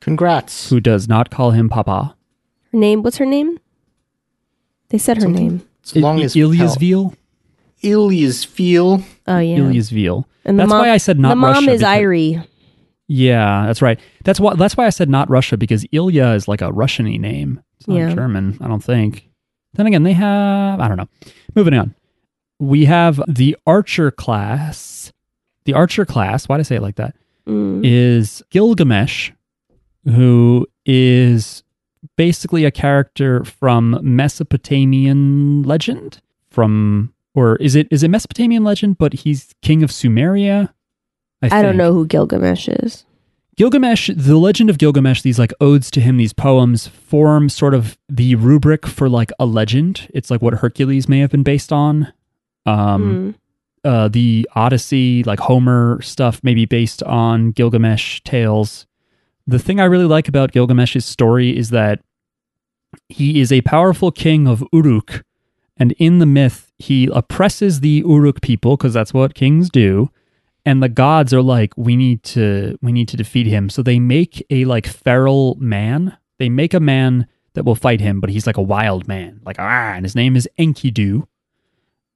Congrats.
who does not call him Papa.
her name what's her name they said her
Something-
name
As long as
Ilya's veal,
Ilya's feel.
oh yeah
Ilya's veal.
and the
that's
mom,
why I said not
the mom
Russia.
is
because-
irie
Yeah, that's right. That's why. That's why I said not Russia because Ilya is like a Russian-y name. It's not
Yeah.
German, I don't think. Then again, they have. I don't know. Moving on, we have the archer class. The archer class. Why did I say it like that?
Mm.
is Gilgamesh, who is basically a character from Mesopotamian legend. From or is it is it Mesopotamian legend? But he's king of Sumeria.
I don't
think.
know who Gilgamesh is.
Gilgamesh, the legend of Gilgamesh, these like odes to him, these poems form sort of the rubric for like a legend. It's like what Hercules may have been based on. Um,
Hmm.
uh, the Odyssey, like Homer stuff, maybe based on Gilgamesh tales. The thing I really like about Gilgamesh's story is that he is a powerful king of Uruk, and in the myth, he oppresses the Uruk people because that's what kings do. And the gods are like, we need to, we need to defeat him. So they make a like feral man. They make a man that will fight him, but he's like a wild man, like ah, and his name is Enkidu.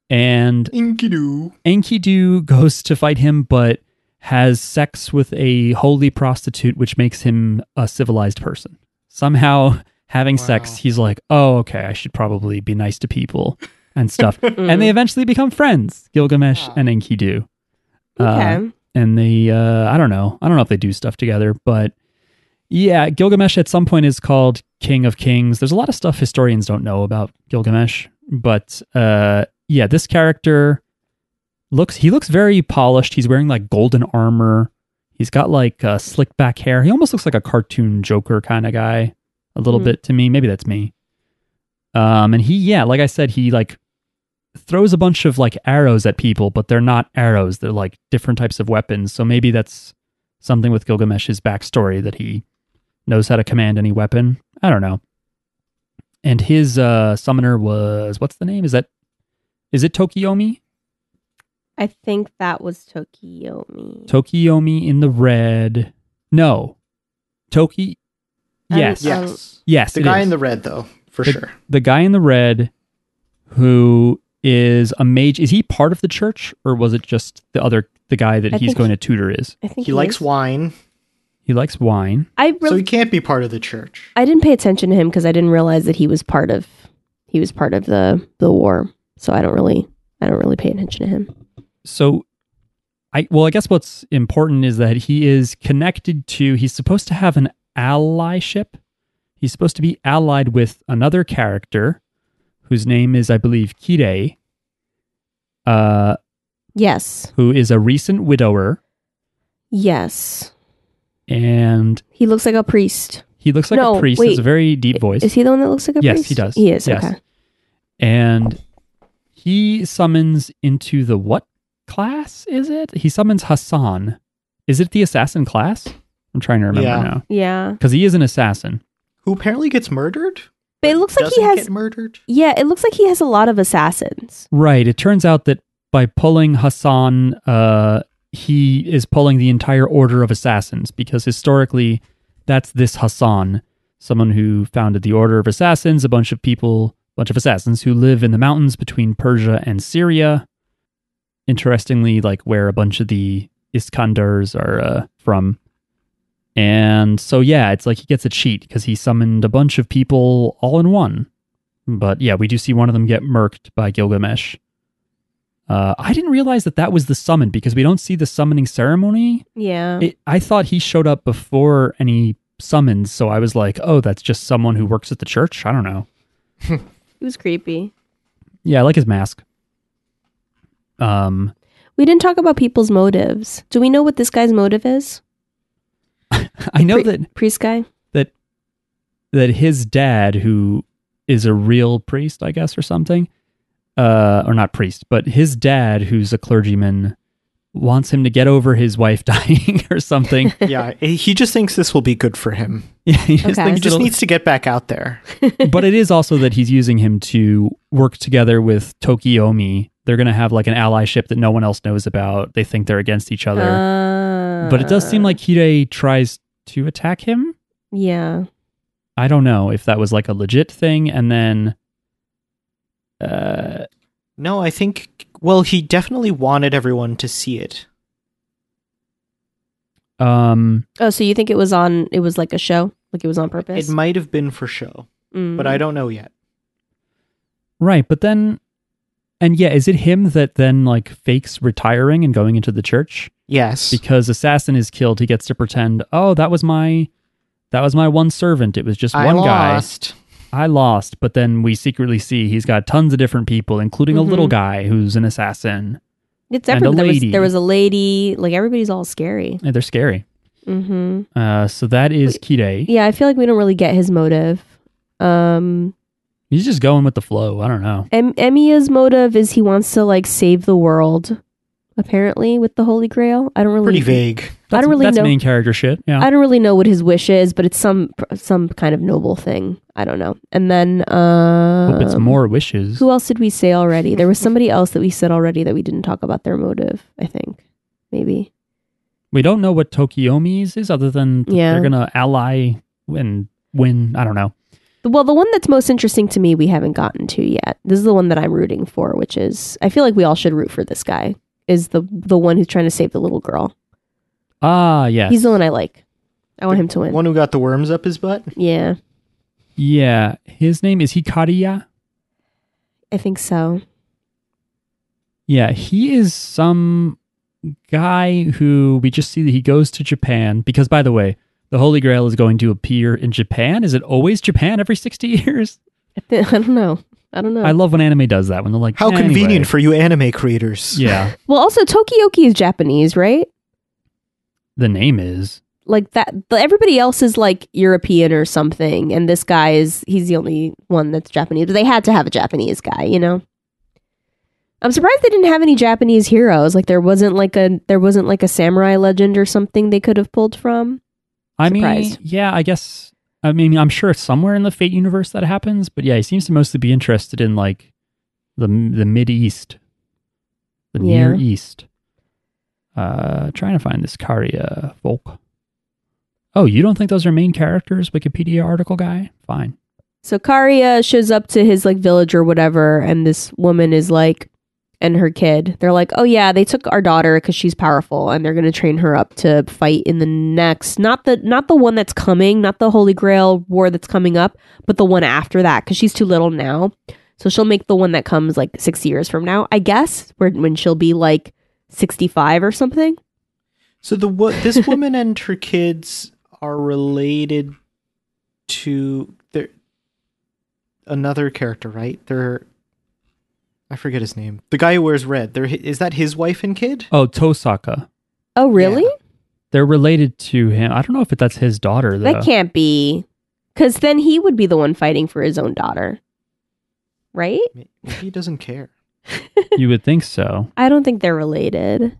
And
Enkidu.
Enkidu goes to fight him, but has sex with a holy prostitute, which makes him a civilized person. Somehow, having sex,
Wow.
he's like, oh, okay, I should probably be nice to people and stuff.
Mm.
and they eventually become friends, Gilgamesh
Wow.
and Enkidu. Uh,
okay.
and they, uh, I don't know. I don't know if they do stuff together, but yeah, Gilgamesh at some point is called King of Kings. There's a lot of stuff historians don't know about Gilgamesh, but uh, yeah, this character looks he looks very polished. He's wearing like golden armor. He's got like uh, slick back hair. He almost looks like a cartoon Joker kind of guy a little
Hmm.
bit to me. Maybe that's me. Um, and he yeah, like I said, he like throws a bunch of like arrows at people, but they're not arrows. They're like different types of weapons. So maybe that's something with Gilgamesh's backstory that he knows how to command any weapon. I don't know. And his uh, summoner was what's the name? Is that is it Tokiomi?
I think that was Tokiomi.
Tokiomi in the red. No, Toki.
Um,
Yes,
yeah.
Yes.
yes.
Uh, The
it
guy
is.
in the red, though, for
The-
sure.
the guy in the red, who is a mage. Is he part of the church, or was it just the other the guy that
I
he's
think
going to tutor? Is
I think
He likes
is.
wine,
he likes wine?
I
so
really,
he can't be part of the church.
I didn't pay attention to him because I didn't realize that he was part of he was part of the the war. So I don't really I don't really pay attention to him.
so I well, I guess what's important is that he is connected to he's supposed to have an allyship. He's supposed to be allied with another character whose name is, I believe, Kirei, uh,
Yes,
who is a recent widower,
yes.
and
He looks like a priest.
he looks like
No,
a priest.
wait.
Has a very deep voice.
Is he the one that looks like a
Yes,
priest?
he does.
He is.
Yes.
Okay.
and he summons into the what class is it? He summons Hassan. Is it the assassin class? I'm trying to remember
Yeah.
now.
Yeah,
Because he is an assassin.
Who apparently gets murdered?
but it looks like
Doesn't
he has.
get murdered.
yeah, it looks like he has a lot of assassins.
Right. It turns out that by pulling Hassan, uh, he is pulling the entire order of assassins because historically, that's this Hassan, someone who founded the Order of Assassins, a bunch of people, bunch of assassins who live in the mountains between Persia and Syria. Interestingly, like where a bunch of the Iskandars are uh, from. And so, yeah, it's like he gets a cheat because he summoned a bunch of people all in one. But yeah, we do see one of them get murked by Gilgamesh. Uh, I didn't realize that that was the summon because we don't see the summoning ceremony.
Yeah.
It, I thought he showed up before any summons, so I was like, oh, that's just someone who works at the church. I don't know.
It was creepy.
Yeah, I like his mask. Um,
We didn't talk about people's motives. Do we know what this guy's motive is?
I know
Pre-
that
Priest guy?
that his dad, who is a real priest, I guess, or something, uh, or not priest, but his dad, who's a clergyman, wants him to get over his wife dying or something.
yeah, he just thinks this will be good for him.
Yeah, he just
Okay.
thinks
He just
it'll-
needs to get back out there.
but it is also that he's using him to work together with Tokiomi. They're going to have like an allyship that no one else knows about. They think they're against each other.
Uh,
but it does seem
Uh.
like Hide tries to attack him.
Yeah.
I don't know if that was like a legit thing. And then, uh,
No, I think. Well, he definitely wanted everyone to see it.
um,
Oh, so you think it was on? It was like a show, like it was on purpose.
It might have been for show,
Mm.
Mm-hmm.
but I don't know yet.
right. But then, and yeah, is it him that then like fakes retiring and going into the church?
Yes.
Because assassin is killed. He gets to pretend, oh, that was my, that was my one servant. It was just
I
one guy.
lost.
I lost, but then we secretly see he's got tons of different people, including a little
Mhm.
guy who's an assassin.
It's
and a
everybody. There was,
lady.
there was a lady. Like everybody's all scary.
Yeah, They're scary.
Mm-hmm.
Uh, so that is Kide.
Yeah, I feel like we don't really get his motive. Um,
He's just going with the flow. I don't know.
em- Emiya's motive is he wants to like save the world, apparently with the Holy Grail. I don't really
Pretty vague.
That's,
don't really
that's
know.
main character shit. Yeah.
I don't really know what his wish is, but it's some some kind of noble thing. I don't know. And then uh,
Hope it's more wishes.
Who else did we say already? There was somebody else that we said already that we didn't talk about their motive, I think. Maybe.
We don't know what Tokiomi's is other than th-
Yeah.
they're going to ally and win. I don't know.
The- Well, the one that's most interesting to me we haven't gotten to yet. This is the one that I'm rooting for, which is I feel like we all should root for this guy. Is the the one who's trying to save the little girl.
Ah, yes.
He's the one I like. I want him to win.
One who got the worms up his butt.
yeah,
yeah. His name is Hikariya.
I think so.
Yeah. He is some guy who we just see that he goes to Japan because, by the way, the Holy Grail is going to appear in Japan. Is it always Japan every 60 years?
I, th- I don't know. I don't know.
I love when anime does that when they're like,
How
"Anyway."
convenient for you anime creators.
Yeah.
well, also Tokioki is Japanese, right?
The name is.
Like that. The, everybody else is like European or something, and this guy is he's the only one that's Japanese. But they had to have a Japanese guy, you know. I'm surprised they didn't have any Japanese heroes. Like there wasn't like a there wasn't like a samurai legend or something they could have pulled from.
I
Surprised.
mean, yeah, I guess. I mean, I'm sure somewhere in the Fate universe that happens, but yeah, he seems to mostly be interested in like the the Mid East, the Near
Yeah.
East. Uh, trying to find this Karia folk. Oh, you don't think those are main characters? Wikipedia article guy. Fine.
So Karia shows up to his like village or whatever, and this woman is like, and her kid. They're like, oh yeah, they took our daughter because she's powerful, and they're gonna train her up to fight in the next, not the not the one that's coming, not the Holy Grail war that's coming up, but the one after that because she's too little now. So she'll make the one that comes like six years from now, I guess, where when she'll be like sixty five or something.
So the wo- this woman and her kids are related to their another character, right? They're I forget his name. The guy who wears red. They're, hi- is that his wife and kid?
Oh, Tosaka.
Oh really?
Yeah.
They're related to him. I don't know if it, that's his daughter though.
That can't be, because then he would be the one fighting for his own daughter, right?
Maybe he doesn't care.
you would think so.
I don't think they're related.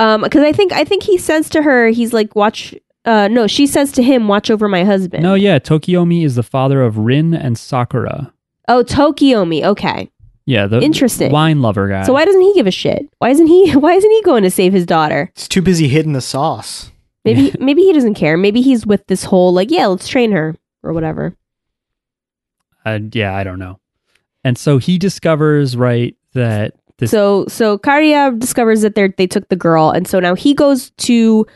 Um, because I think I think he says to her, he's like, watch. Uh, no, she says to him, watch over my husband.
No, yeah, Tokiomi is the father of Rin and Sakura.
Oh, Tokiomi. Okay.
Yeah, the
Interesting.
wine lover guy.
So why doesn't he give a shit? Why isn't he? Why isn't he going to save his daughter?
He's too busy hiding the sauce.
Maybe maybe he doesn't care. Maybe he's with this whole like, yeah, let's train her or whatever.
uh, yeah, I don't know. And so he discovers, right, that this
so so Karia discovers that they are they took the girl, and so now he goes to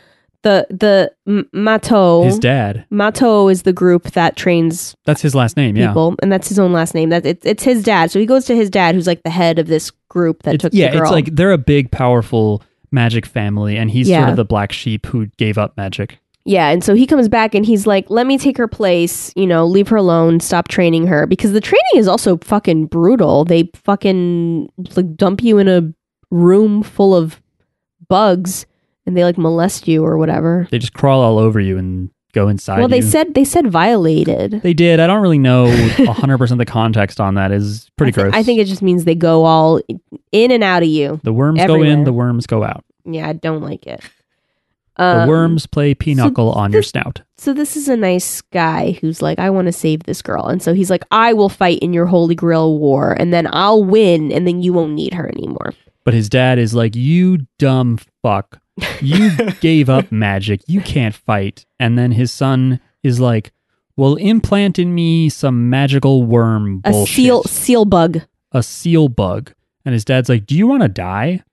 the the M- Mato
His dad.
Mato is the group that trains
That's his last name. Yeah.
people, and that's his own last name. That it's it's his dad. So he goes to his dad, who's like the head of this group that
It's-
took
yeah,
the girl.
it's like they're a big, powerful magic family, and he's sort
Yeah.
of the black sheep who gave up magic.
Yeah, and so he comes back and he's like, "Let me take her place. You know, leave her alone. Stop training her because the training is also fucking brutal. They fucking like dump you in a room full of bugs and they like molest you or whatever.
They just crawl all over you and go inside.
well, they
you.
said they said violated.
they did. I don't really know 100 percent the context on that. Is pretty
I thi-
gross.
I think it just means they go all in and out of you.
the worms go in,
everywhere.
the worms go out.
Yeah, I don't like it.
The
Um,
worms play pinochle on your snout.
so this is a nice guy who's like, I want to save this girl. And so he's like, I will fight in your Holy Grail war and then I'll win and then you won't need her anymore.
But his dad is like, "You dumb fuck, you gave up magic. You can't fight." And then his son is like, "Well, implant in me some magical worm
A
bullshit,
seal seal bug.
a seal bug." And his dad's like, "Do you want to die?"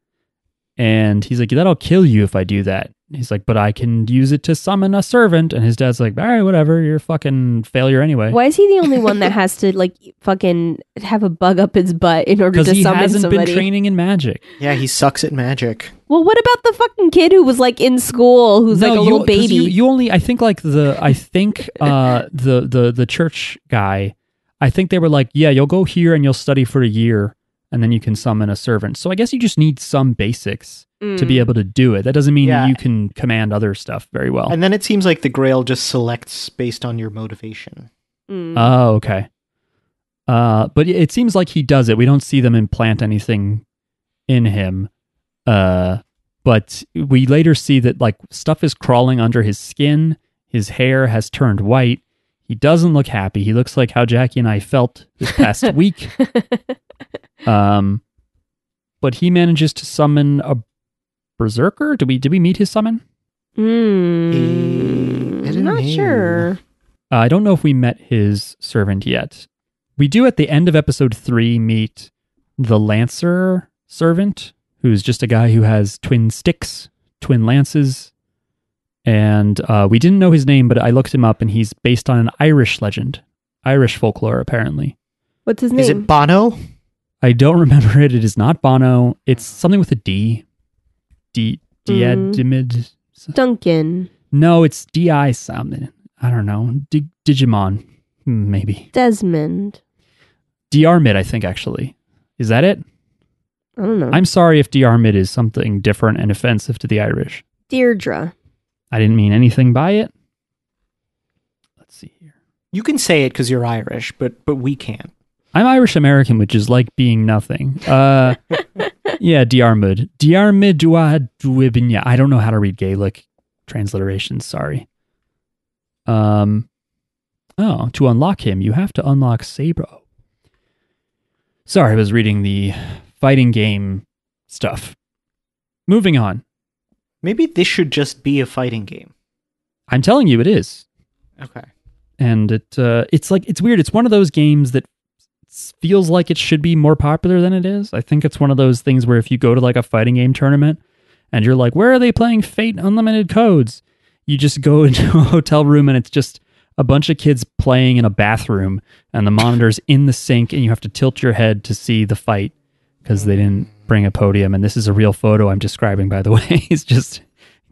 And he's like, "That'll kill you if I do that." And He's like, "But I can use it to summon a servant." And his dad's like, "All right, whatever. You're a fucking failure anyway."
Why is he the only one that has to like fucking have a bug up his butt in order
Because
to
he
summon
hasn't
somebody?
been training in magic.
Yeah, he sucks at magic.
well, what about the fucking kid who was like in school who's like a
you-
little
'cause
baby?
You, you only, I think, like the, I think uh, the the the church guy. I think they were like, yeah, you'll go here and you'll study for a year, and then you can summon a servant. So I guess you just need some basics to
Mm.
be able to do it. That doesn't mean
Yeah.
you can command other stuff very well.
And then it seems like the Grail just selects based on your motivation.
Mm.
oh, okay. Uh, but it seems like he does it. We don't see them implant anything in him. Uh, but we later see that like stuff is crawling under his skin. His hair has turned white. He doesn't look happy. He looks like how Jackie and I felt this past week. Um, but he manages to summon a berserker. Do we did we meet his summon?
Mm.
Eh, I
I'm
don't
not
know.
sure.
Uh, I don't know if we met his servant yet. We do at the end of episode three meet the Lancer servant, who's just a guy who has twin sticks, twin lances. And uh, we didn't know his name, but I looked him up and he's based on an Irish legend, Irish folklore, apparently.
What's his name?
Is it Bono?
I don't remember it. It is not Bono. It's something with a D. D.
Mhm.
Diadimid.
Duncan.
No, it's D.I. something. I don't know. Dig Digimon, Hmm, maybe.
Desmond.
DR mid, I think actually. Is that it?
I don't know.
I'm sorry if DR mid is something different and offensive to the Irish.
Deirdre.
I didn't mean anything by it. Let's see here.
You can say it because you're Irish, but but we can't.
I'm Irish American, which is like being nothing. Uh, yeah, DR mid. DR mid dua duibinya. I don't know how to read Gaelic transliterations. Sorry. Um, oh, to unlock him, you have to unlock Sabro. Sorry, I was reading the fighting game stuff. Moving on.
Maybe this should just be a fighting game.
I'm telling you, it is,
Okay.
and it uh, it's like it's weird. It's one of those games that s- feels like it should be more popular than it is. I think it's one of those things where if you go to like a fighting game tournament and you're like, where are they playing Fate Unlimited Codes? You just go into a hotel room and it's just a bunch of kids playing in a bathroom, and the monitor's in the sink, and you have to tilt your head to see the fight because they didn't bring a podium. And this is a real photo I'm describing, by the way. it's just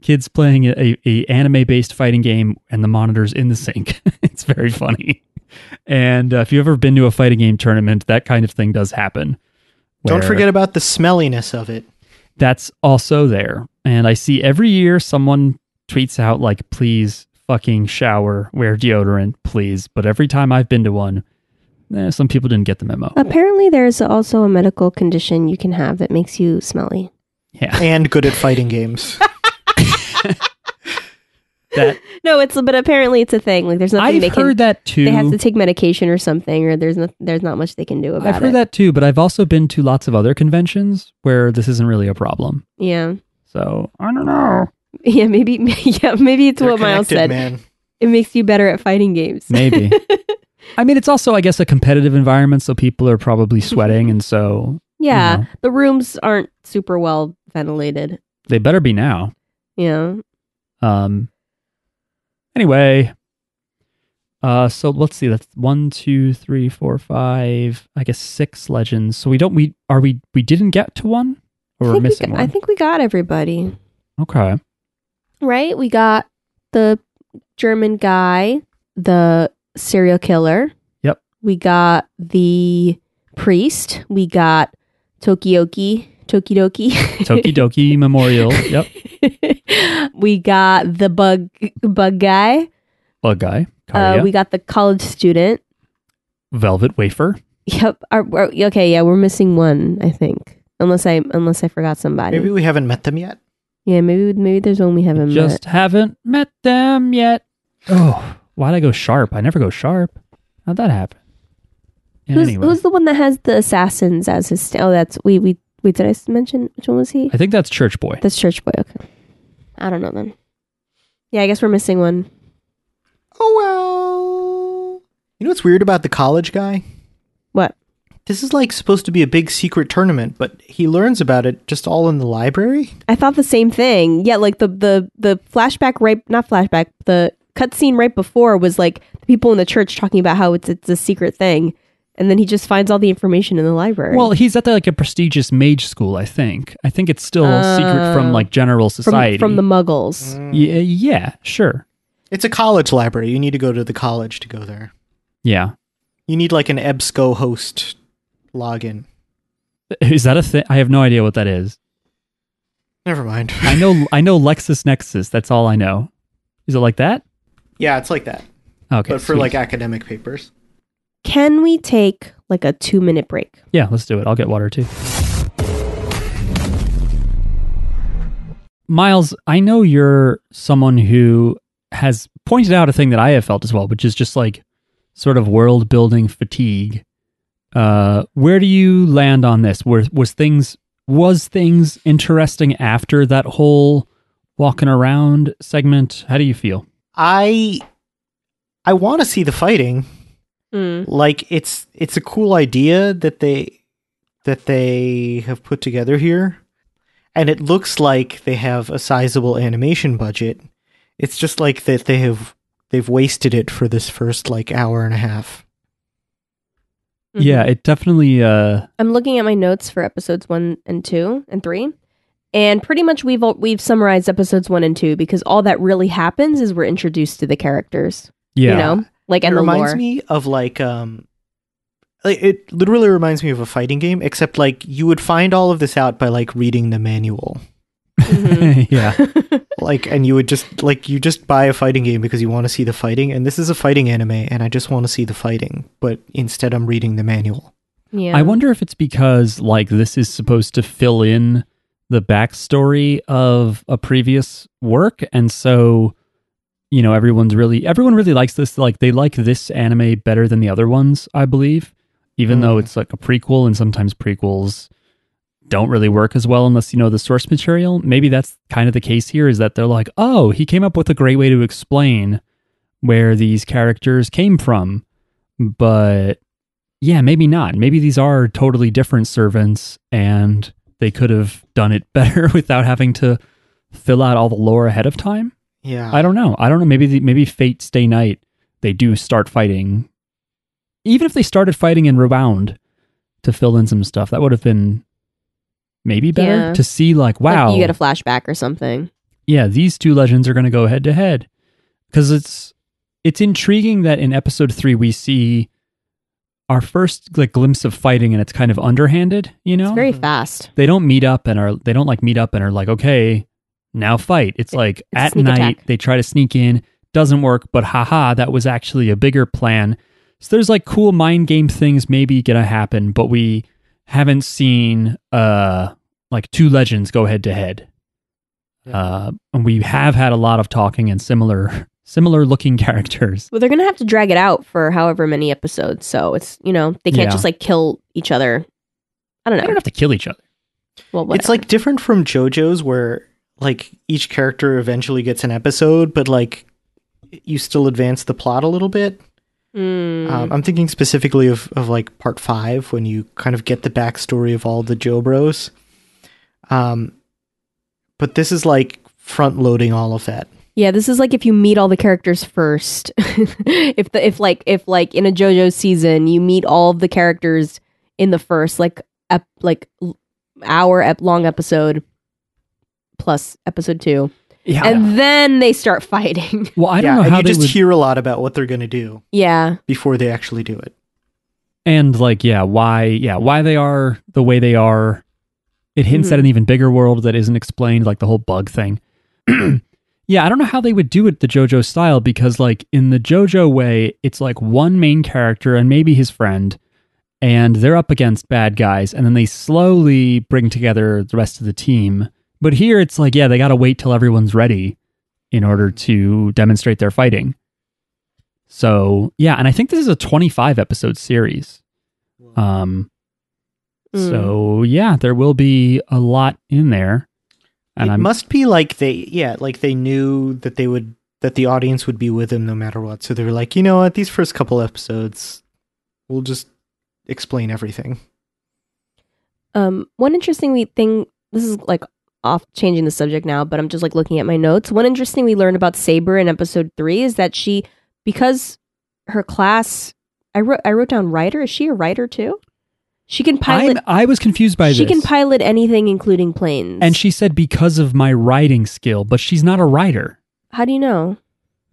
kids playing a, a anime based fighting game, and the monitor's in the sink. it's very funny. And uh, if you've ever been to a fighting game tournament, that kind of thing does happen.
Don't
where-
forget about the smelliness of it.
that's also there. And I see every year someone tweets out like, please fucking shower, wear deodorant, please. But every time I've been to one, eh, some people didn't get the memo.
Apparently, there's also a medical condition you can have that makes you smelly.
Yeah.
And good at fighting games.
That
No, it's but apparently it's a thing. Like there's nothing
I've
they
heard
can.
that too.
they have to take medication or something, or there's not there's not much they can do about
I've heard
it.
that too, but I've also been to lots of other conventions where this isn't really a problem.
Yeah,
So I don't know.
yeah, maybe, yeah, maybe it's
They're
what Miles
connected,
said.
Man.
It makes you better at fighting games.
Maybe. I mean, it's also, I guess, a competitive environment, so people are probably sweating, and so
yeah,
know.
the rooms aren't super well ventilated.
they better be now.
Yeah,
Um, anyway, uh, so let's see. That's one, two, three, four, five. I guess six legends. So we don't. We are we. We didn't get to one, or
I
we're
think we
missing
got-
one.
I think we got everybody.
okay.
Right? We got the German guy, the serial killer.
Yep.
We got the priest. We got Tokioki, Tokidoki.
Tokidoki Memorial. Yep.
we got the bug bug guy.
Bug guy.
Uh,
Karya.
we got the college student.
Velvet wafer.
Yep. Are- are- okay. Yeah, we're missing one. I think unless I unless I forgot somebody.
Maybe we haven't met them yet.
yeah. Maybe maybe there's one we haven't
Just haven't met them yet. Oh, why'd I go sharp? I never go sharp. How'd that happen?
met. Who's,
anyway,
who's the one that has the assassins as his? sta- Oh, that's we we wait. Did I s- mention which one was he?
I think that's Church Boy.
That's Church Boy. Okay. I don't know then. Yeah, I guess we're missing one.
Oh well. You know what's weird about the college guy?
What?
This is like supposed to be a big secret tournament, but he learns about it just all in the library.
I thought the same thing. Yeah, like the the the flashback right not flashback, the cutscene right before was like the people in the church talking about how it's it's a secret thing. And then he just finds all the information in the library.
Well, he's at the, like a prestigious mage school, I think. I think it's still secret from
Oh.
like general society. Mm.
from, from the muggles.
Mm.
yeah, yeah, sure,
It's a college library. You need to go to the college to go there.
yeah.
You need like an EBSCO host login.
Is that a thing? I have no idea what that is.
Never mind.
I know, I know LexisNexis. That's all I know. Is it like that?
yeah, it's like that,
Okay,
but for
sweet.
like academic papers.
Can we take like a 2 minute break?
yeah, let's do it. I'll get water too. Miles, I know you're someone who has pointed out a thing that I have felt as well, which is just like sort of world building fatigue. Uh, where do you land on this? Were was things was things interesting after that whole walking around segment? How do you feel?
I I want to see the fighting.
Mm.
Like it's it's a cool idea that they that they have put together here. And it looks like they have a sizable animation budget. It's just like that they have they've wasted it for this first like hour and a half.
Mm-hmm.
Yeah, it definitely. Uh,
I'm looking at my notes for episodes 1 and 2 and 3. And pretty much we've all, we've summarized episodes 1 and 2 because all that really happens is we're introduced to the characters,
yeah,
you know? Like and
it
the
reminds
lore.
me of like um like, it literally reminds me of a fighting game except like you would find all of this out by like reading the manual
Mhm.
yeah,
like and you would just like you just buy a fighting game because you want to see the fighting and this is a fighting anime and i just want to see the fighting but instead i'm reading the manual
yeah.
I wonder if it's because like this is supposed to fill in the backstory of a previous work, and so you know everyone's really everyone really likes this. Like they like this anime better than the other ones, I believe. Even though
Mm.
it's like a prequel, and sometimes prequels don't really work as well unless you know the source material. Maybe that's kind of the case here. Is that they're like, oh, he came up with a great way to explain where these characters came from, but yeah, maybe not. Maybe these are totally different servants and they could have done it better without having to fill out all the lore ahead of time.
yeah
I don't know. I don't know. Maybe the, maybe Fate Stay Night they do start fighting. Even if they started fighting in Rewound to fill in some stuff, that would have been maybe better
Yeah.
to see like wow,
Like you get a flashback or something.
yeah, these two legends are going to go head to head because it's it's intriguing that in episode three we see our first like glimpse of fighting, and it's kind of underhanded. You know,
It's very fast.
they don't meet up and are they don't like meet up and are like okay now fight. It's like
a
at
sneak
night
attack.
they try to sneak in, doesn't work, but haha, that was actually a bigger plan. So there's like cool mind game things maybe gonna happen, but we haven't seen uh like two legends go head to head. Uh, and we have had a lot of talking and similar similar looking characters.
Well, they're gonna have to drag it out for however many episodes, so it's you know they can't
Yeah.
just like kill each other. I don't
They
know.
don't have to kill each other.
Well,
it's like different from jojo's where like each character eventually gets an episode but like you still advance the plot a little bit
Mm.
Um, I'm thinking specifically of, of like part five when you kind of get the backstory of all the Joe Bros. Um, but this is like front loading all of that.
Yeah, this is like if you meet all the characters first. if the if like if like in a JoJo season you meet all of the characters in the first like ep, like l- hour ep, long episode plus episode 2.
Yeah.
And then they start fighting.
well, I don't
yeah,
know
and
how
you
they
just
would,
hear a lot about what they're going to do
yeah.
before they actually do it.
and like yeah, why yeah why they are the way they are. It hints
Mhm.
at an even bigger world that isn't explained, like the whole bug thing. yeah, I don't know how they would do it the JoJo style because like in the JoJo way, it's like one main character and maybe his friend, and they're up against bad guys, and then they slowly bring together the rest of the team. But here it's like yeah, they got to wait till everyone's ready in order to demonstrate their fighting. So yeah, and I think this is a 25 episode series. Um,
Mm.
so yeah, there will be a lot in there, and
it
I'm
must be like they, yeah, like they knew that they would that the audience would be with them no matter what. So they were like, you know what, these first couple episodes, we'll just explain everything.
Um, one interesting thing. This is like off changing the subject now, but I'm just like looking at my notes. One interesting we learned about Saber in episode three is that she, because her class, I wrote I wrote down writer. Is she a writer too? She can pilot.
I'm I was confused by
she
this.
can pilot anything, including planes.
and she said because of my writing skill, but she's not a writer
How do you know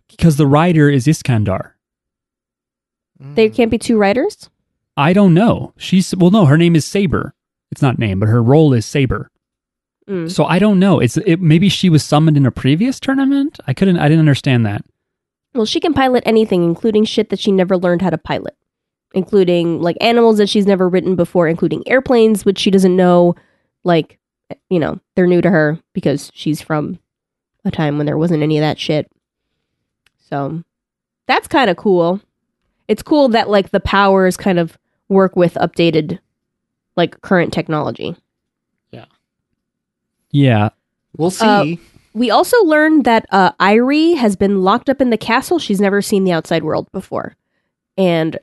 because the writer is Iskandar.
there can't be two writers?
I don't know. She's well, no, her name is Saber. It's not name, but her role is Saber.
Mm.
So I don't know. It's it, maybe she was summoned in a previous tournament. I couldn't. I didn't understand that.
Well, she can pilot anything, including shit that she never learned how to pilot, including like animals that she's never ridden before, including airplanes, which she doesn't know. Like, you know, they're new to her because she's from a time when there wasn't any of that shit. So that's kind of cool. It's cool that like the powers kind of work with updated, like current technology.
Yeah,
We'll see.
Uh, We also learned that uh, Irie has been locked up in the castle. She's never seen the outside world before. And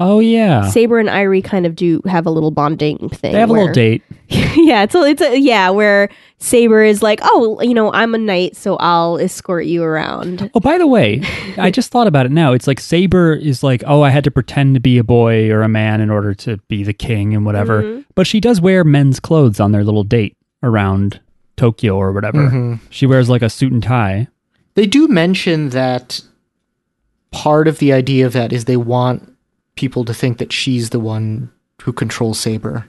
Oh yeah,
Saber and Irie kind of do have a little bonding thing.
they have a little
where-
date.
yeah, it's a, it's a, yeah, where Saber is like, oh, you know, I'm a knight, so I'll escort you around.
Oh, by the way, I just thought about it now. It's like Saber is like, oh, I had to pretend to be a boy or a man in order to be the king and whatever.
Mhm.
But she does wear men's clothes on their little date around Tokyo or whatever.
Mhm.
She wears like a suit and tie.
They do mention that part of the idea of that is they want people to think that she's the one who controls Saber.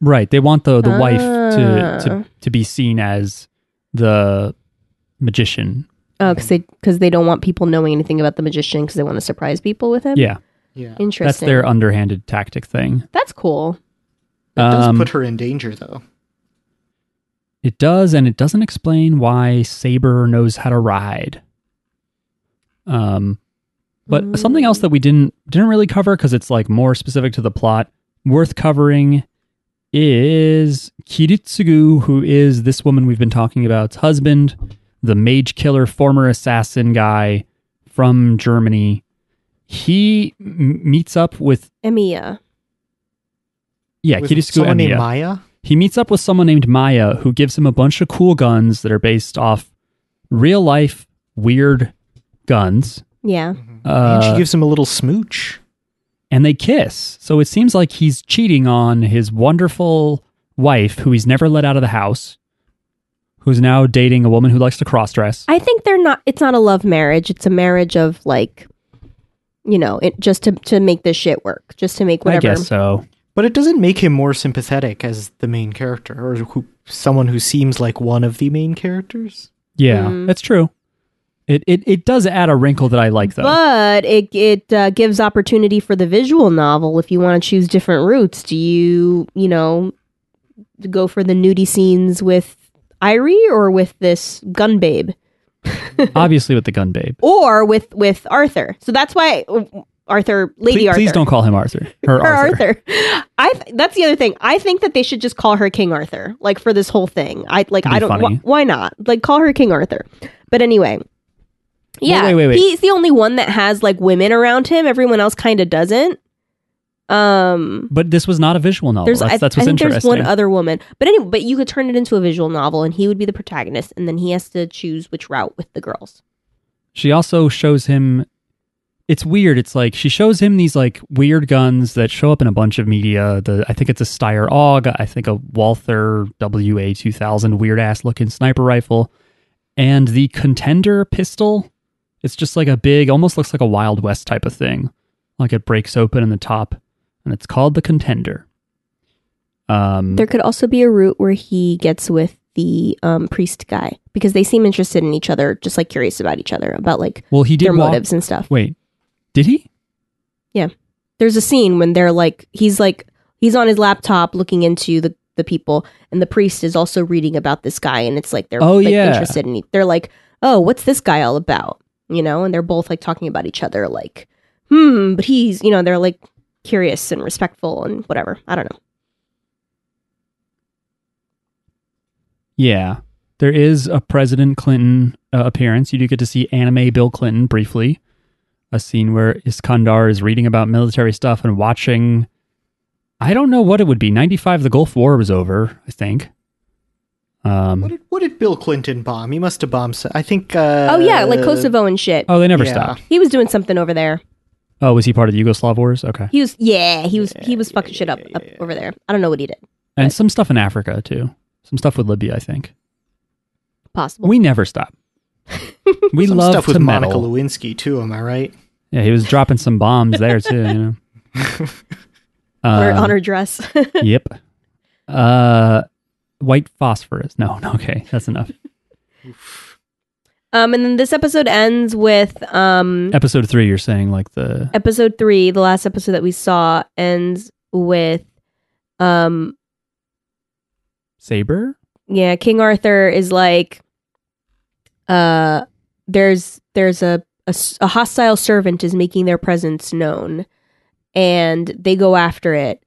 Right. They want the the wife to,
Ah.
to to be seen as the magician.
Oh, because they because they don't want people knowing anything about the magician because they want to surprise people with him.
Yeah,
Yeah. It
interesting.
that's their uh, underhanded tactic thing.
That's cool.
does
Um,
put her in danger though.
It does, and it doesn't explain why Saber knows how to ride. Um, but something else that we didn't didn't really cover because it's like more specific to the plot, worth covering, is Kiritsugu, who is this woman we've been talking about's husband, the mage killer, former assassin guy from Germany. He m- meets up with
Emiya.
yeah
With
Kiritsugu
someone named
Emiya.
Maya.
He meets up with someone named Maya who gives him a bunch of cool guns that are based off real life weird guns. Uh,
Yeah.
Mm-hmm. and she gives him a little smooch.
and they kiss. So it seems like he's cheating on his wonderful wife who he's never let out of the house, who's now dating a woman who likes to cross dress.
I think they're not. It's not a love marriage. It's a marriage of like, you know, it just to to make this shit work, just to make
I
whatever.
guess so.
But it doesn't make him more sympathetic as the main character, or who, someone who seems like one of the main characters.
Yeah,
Mm.
that's true. It, it it does add a wrinkle that I like though.
But it it uh, gives opportunity for the visual novel if you want to choose different routes. Do you you know go for the nudie scenes with Irie or with this gun babe
Obviously with the gun babe.
or with with Arthur? So that's why uh, Arthur, Lady
please,
Arthur,
please don't call him Arthur. Her,
Her
Arthur.
Arthur. I th- that's the other thing. I think that they should just call her King Arthur, like for this whole thing. I like
Be
I don't
funny.
wh- why not like call her King Arthur. But anyway, yeah,
wait, wait, wait.
he's the only one that has like women around him. Everyone else kind of doesn't. Um,
But this was not a visual novel.
there's
Oh, That's,
I,
that's
I
what's
think there's
interesting.
one other woman, but anyway, but you could turn it into a visual novel, and he would be the protagonist, and then he has to choose which route with the girls.
She also shows him. It's weird. It's like she shows him these like weird guns that show up in a bunch of media. The I think it's a Steyr AUG. I think a Walther WA two thousand weird ass looking sniper rifle, and the Contender pistol. It's just like a big, almost looks like a Wild West type of thing. Like it breaks open in the top, and it's called the Contender. Um,
There could also be a route where he gets with the um, priest guy because they seem interested in each other, just like curious about each other, about like
well, he did
their
walk-
motives and stuff.
Wait, did he?
There's a scene when they're like, he's like, he's on his laptop looking into the, the people, and the priest is also reading about this guy, and it's like they're
Oh,
like,
yeah.
interested in. e- They're like, oh, what's this guy all about? You know, and they're both like talking about each other, like, hmm, but he's, you know, they're like curious and respectful and whatever. I don't know.
Yeah. There is a President Clinton uh, appearance. You do get to see anime Bill Clinton briefly. A scene where Iskandar is reading about military stuff and watching. I don't know what it would be. 95, the Gulf War was over, I think.
What
Um,
did, what did Bill Clinton bomb? He must have bombed. so- I think. Uh,
oh yeah, like Kosovo and shit.
oh, they never
yeah.
stopped.
He was doing something over there.
Oh, was he part of the Yugoslav wars? Okay.
He was yeah, he was he
Yeah,
was
yeah,
fucking shit
yeah,
up,
yeah,
up
yeah.
over there. I don't know what he did.
And some stuff in Africa, too. Some stuff with Libya, I think.
Possible.
We never stop. We
Some
love
stuff
to
with
meddle.
Monica Lewinsky too. Am I right?
Yeah, he was dropping some bombs there, too, you know.
on, her,
Um,
on her dress.
yep. Uh, white phosphorus. No, no, okay, that's enough.
um and then this episode ends with um
Episode three, you're saying like the
episode 3, the last episode that we saw ends with um
saber.
yeah, King Arthur is like uh there's there's a a s a a hostile servant is making their presence known and they go after it,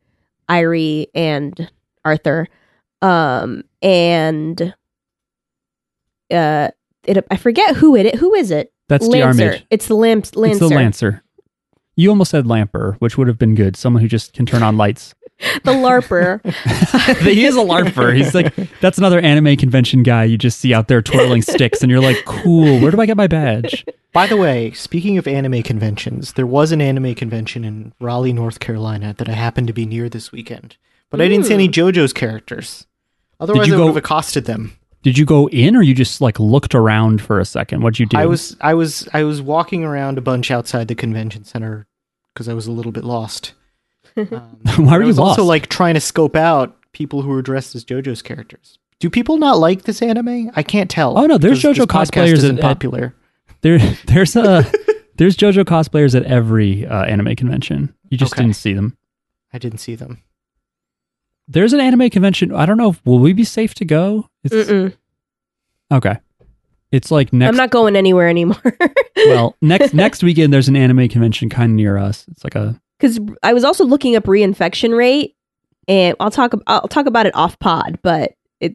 Irie and Arthur. Um, and uh, it, I forget who it who is it.
That's
Lancer.
Diarmid.
It's the lamp. Lancer.
It's the lancer. You almost said lamper, which would have been good. Someone who just can turn on lights.
The larper.
he is a larper. He's like that's another anime convention guy you just see out there twirling sticks, and you're like, cool. Where do I get my badge?
By the way, speaking of anime conventions, there was an anime convention in Raleigh, North Carolina that I happened to be near this weekend. But I didn't see any JoJo's characters. Otherwise,
Hmm. you
I
go-
would have accosted them.
Did you go in, or you just like looked around for a second? What'd you do?
I was I was I was walking around a bunch outside the convention center because I was a little bit lost. Um,
Why were
I
you
was also
lost?
like trying to scope out people who were dressed as JoJo's characters. Do people not like this anime? I can't tell.
Oh, no, there's
because
JoJo
this podcast
cosplayers
Isn't
at- at-
popular.
There, there's a there's JoJo cosplayers at every uh, anime convention. You just
Okay.
didn't see them.
I didn't see them.
There's an anime convention. I don't know. if- Will we be safe to go? It's,
Mm-mm.
okay. It's like next.
I'm not going anywhere anymore.
well, next next weekend there's an anime convention kind of near us. It's like a
Because I was also looking up reinfection rate, and I'll talk. ab- I'll talk about it off pod, but it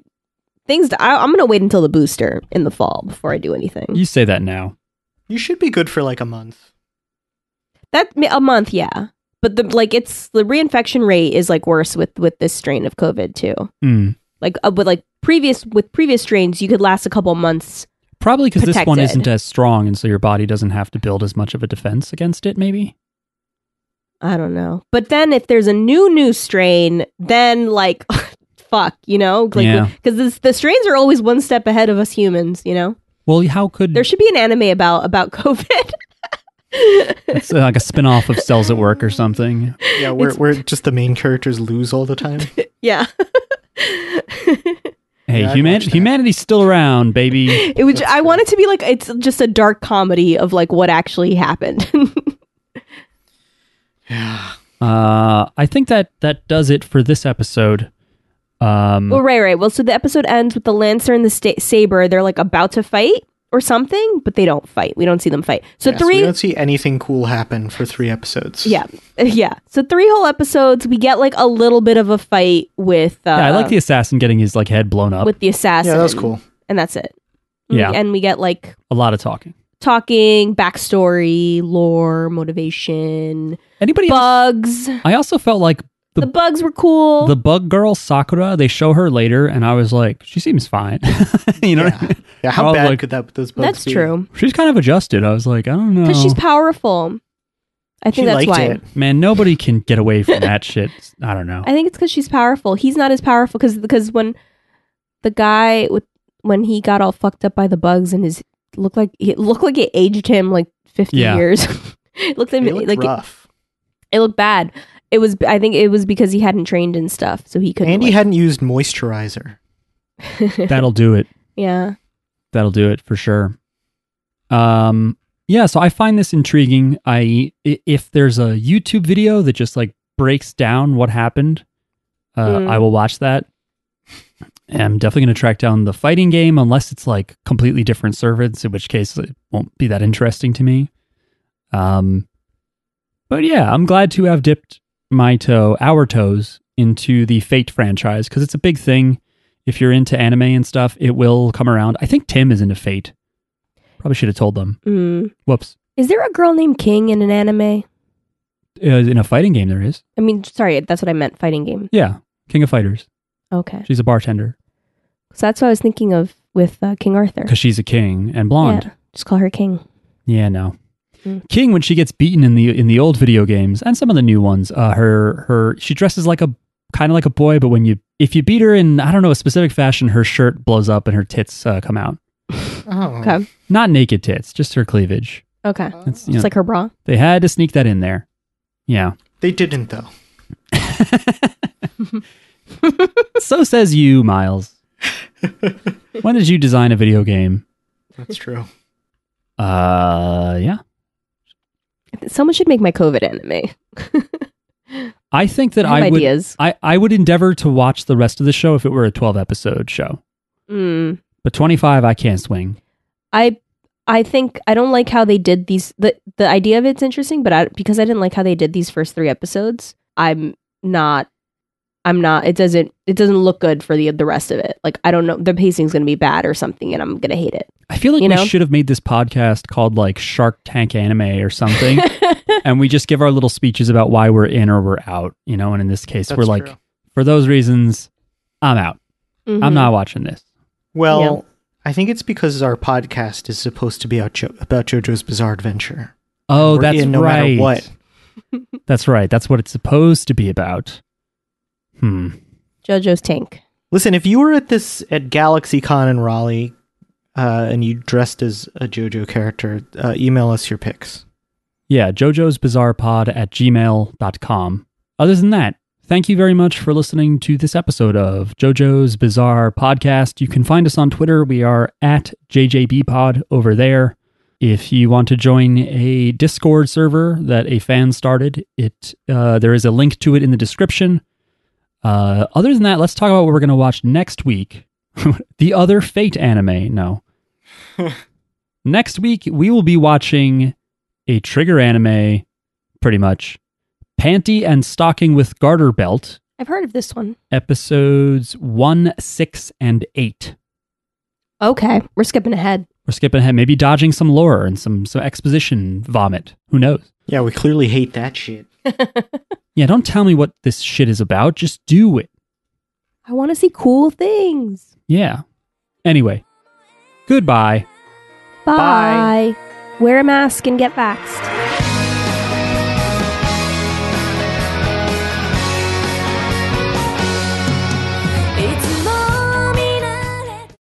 things. I, I'm gonna wait until the booster in the fall before I do anything.
you say that now.
You should be good for like a month.
That a month, yeah. But the like it's the reinfection rate is like worse with with this strain of COVID too.
Mm.
Like uh, with like previous with previous strains, you could last a couple months.
Probably because this one
Protected.
isn't as strong, and so your body doesn't have to build as much of a defense against it. Maybe.
I don't know. But then if there's a new new strain, then like fuck, you know, like
Yeah.
because this the strains are always one step ahead of us humans. You know,
Well, how could
there should be an anime about about COVID.
it's uh, like a spin off of Cells at Work or something?
Yeah, where where just the main characters lose all the time.
yeah.
Hey,
Yeah, I'd
human-
watch that.
humanity's still around, baby.
It would.
That's
I
true.
want it to be like it's just a dark comedy of like what actually happened.
Hmm.
Yeah.
Uh, I think that that does it for this episode. Um,
Well, right, right. Well, so the episode ends with the lancer and the sta- saber. They're like about to fight or something, but they don't fight. We don't see them fight. So
Yes,
three,
We don't see anything cool happen for three episodes.
yeah, yeah. So three whole episodes, we get like a little bit of a fight with. Uh,
yeah, I like the assassin getting his like head blown up.
with the assassin.
Yeah, that was cool.
and that's it.
Yeah.
and we get like
a lot of talking.
talking, backstory, lore, motivation,
Anybody? else?
bugs.
I also felt like
The, bugs were cool.
The bug girl Sakura, they show her later, and I was like, she seems fine. you know, what I
yeah.
mean?
Yeah,
I
how
was
bad
like-
could that those bugs
that's
be?
true.
she's kind of adjusted. I was like, I don't know,
Because she's powerful. I think
She
that's
liked
why.
it.
man. Nobody can get away from that shit. I don't know.
I think it's because she's powerful. He's not as powerful because because when the guy with when he got all fucked up by the bugs and his looked like it looked like it aged him like fifty
Yeah.
years. it looked at
They
me
looked
like it,
rough.
it looked bad. It was I think it was because he hadn't trained and stuff, so he couldn't.
And he
like-
hadn't used moisturizer.
That'll do it.
yeah,
That'll do it for sure. Um, yeah. So I find this intriguing. I i- if there's a YouTube video that just like breaks down what happened, uh,
Mm.
I will watch that. And I'm definitely going to track down the fighting game, unless it's like completely different servants, in which case it won't be that interesting to me. Um, but yeah, I'm glad to have dipped my toe, our toes, into the Fate franchise because it's a big thing. If you're into anime and stuff, it will come around. I think Tim is into Fate. Probably should have told them.
Mm.
Whoops.
Is there a girl named King in an anime?
Uh, in a fighting game, there is.
I mean, sorry, that's what I meant. Fighting game.
Yeah, King of Fighters.
Okay,
She's a bartender
so that's what I was thinking of with uh, King Arthur.
because she's a king and blonde.
Yeah, just call her King.
Yeah, no.
Mm.
King when she gets beaten in the in the old video games and some of the new ones. Uh, her her she dresses like a kind of like a boy, but when you if you beat her in I don't know a specific fashion, her shirt blows up and her tits uh, come out.
Oh.
Okay.
Not naked tits, just her cleavage.
Okay,
That's you
it's
know,
like her bra.
they had to sneak that in there. Yeah.
They didn't though.
so says you, Miles. when did you design a video game?
That's true.
Uh, yeah.
Someone should make my COVID anime.
I think that
I have
I would.
ideas.
I, I would endeavor to watch the rest of the show if it were a 12 episode show.
Mm.
But 25, I can't swing.
I I think I don't like how they did these. the The idea of it's interesting, but I, because I didn't like how they did these first three episodes, I'm not. I'm not. It doesn't. It doesn't look good for the the rest of it. Like I don't know. The pacing's going to be bad or something, and I'm going to hate it.
I feel like
You
we
know?
should have made this podcast called like Shark Tank Anime or something. and we just give our little speeches about why we're in or we're out, you know? And in this case,
That's
we're like,
true.
for those reasons, I'm out.
Mhm.
I'm not watching this.
Well, I think it's because our podcast is supposed to be about, jo- about JoJo's Bizarre Adventure.
Oh,
We're
that's
in no matter
right.
what.
That's right. That's what it's supposed to be about. Hmm.
JoJo's Tank.
Listen, if you were at this at GalaxyCon in Raleigh uh, and you dressed as a JoJo character, uh, email us your pics.
Yeah, Jojo's Bizarre Pod at gmail.com. Other than that, thank you very much for listening to this episode of Jojo's Bizarre Podcast. You can find us on Twitter. We are at JJBpod over there. If you want to join a Discord server that a fan started, it uh, there is a link to it in the description. Uh, other than that, let's talk about what we're going to watch next week. the other Fate anime. No. next week, we will be watching a trigger anime, pretty much. Panty and Stocking with Garter Belt,
I've heard of this one.
episodes one, six, and eight.
Okay, we're skipping ahead.
We're skipping ahead, maybe dodging some lore and some, some exposition vomit. Who knows?
Yeah, we clearly hate that shit.
Yeah, don't tell me what this shit is about. Just do it.
I want to see cool things.
Yeah. Anyway, goodbye.
Bye.
Bye.
Wear a mask and get vaxxed.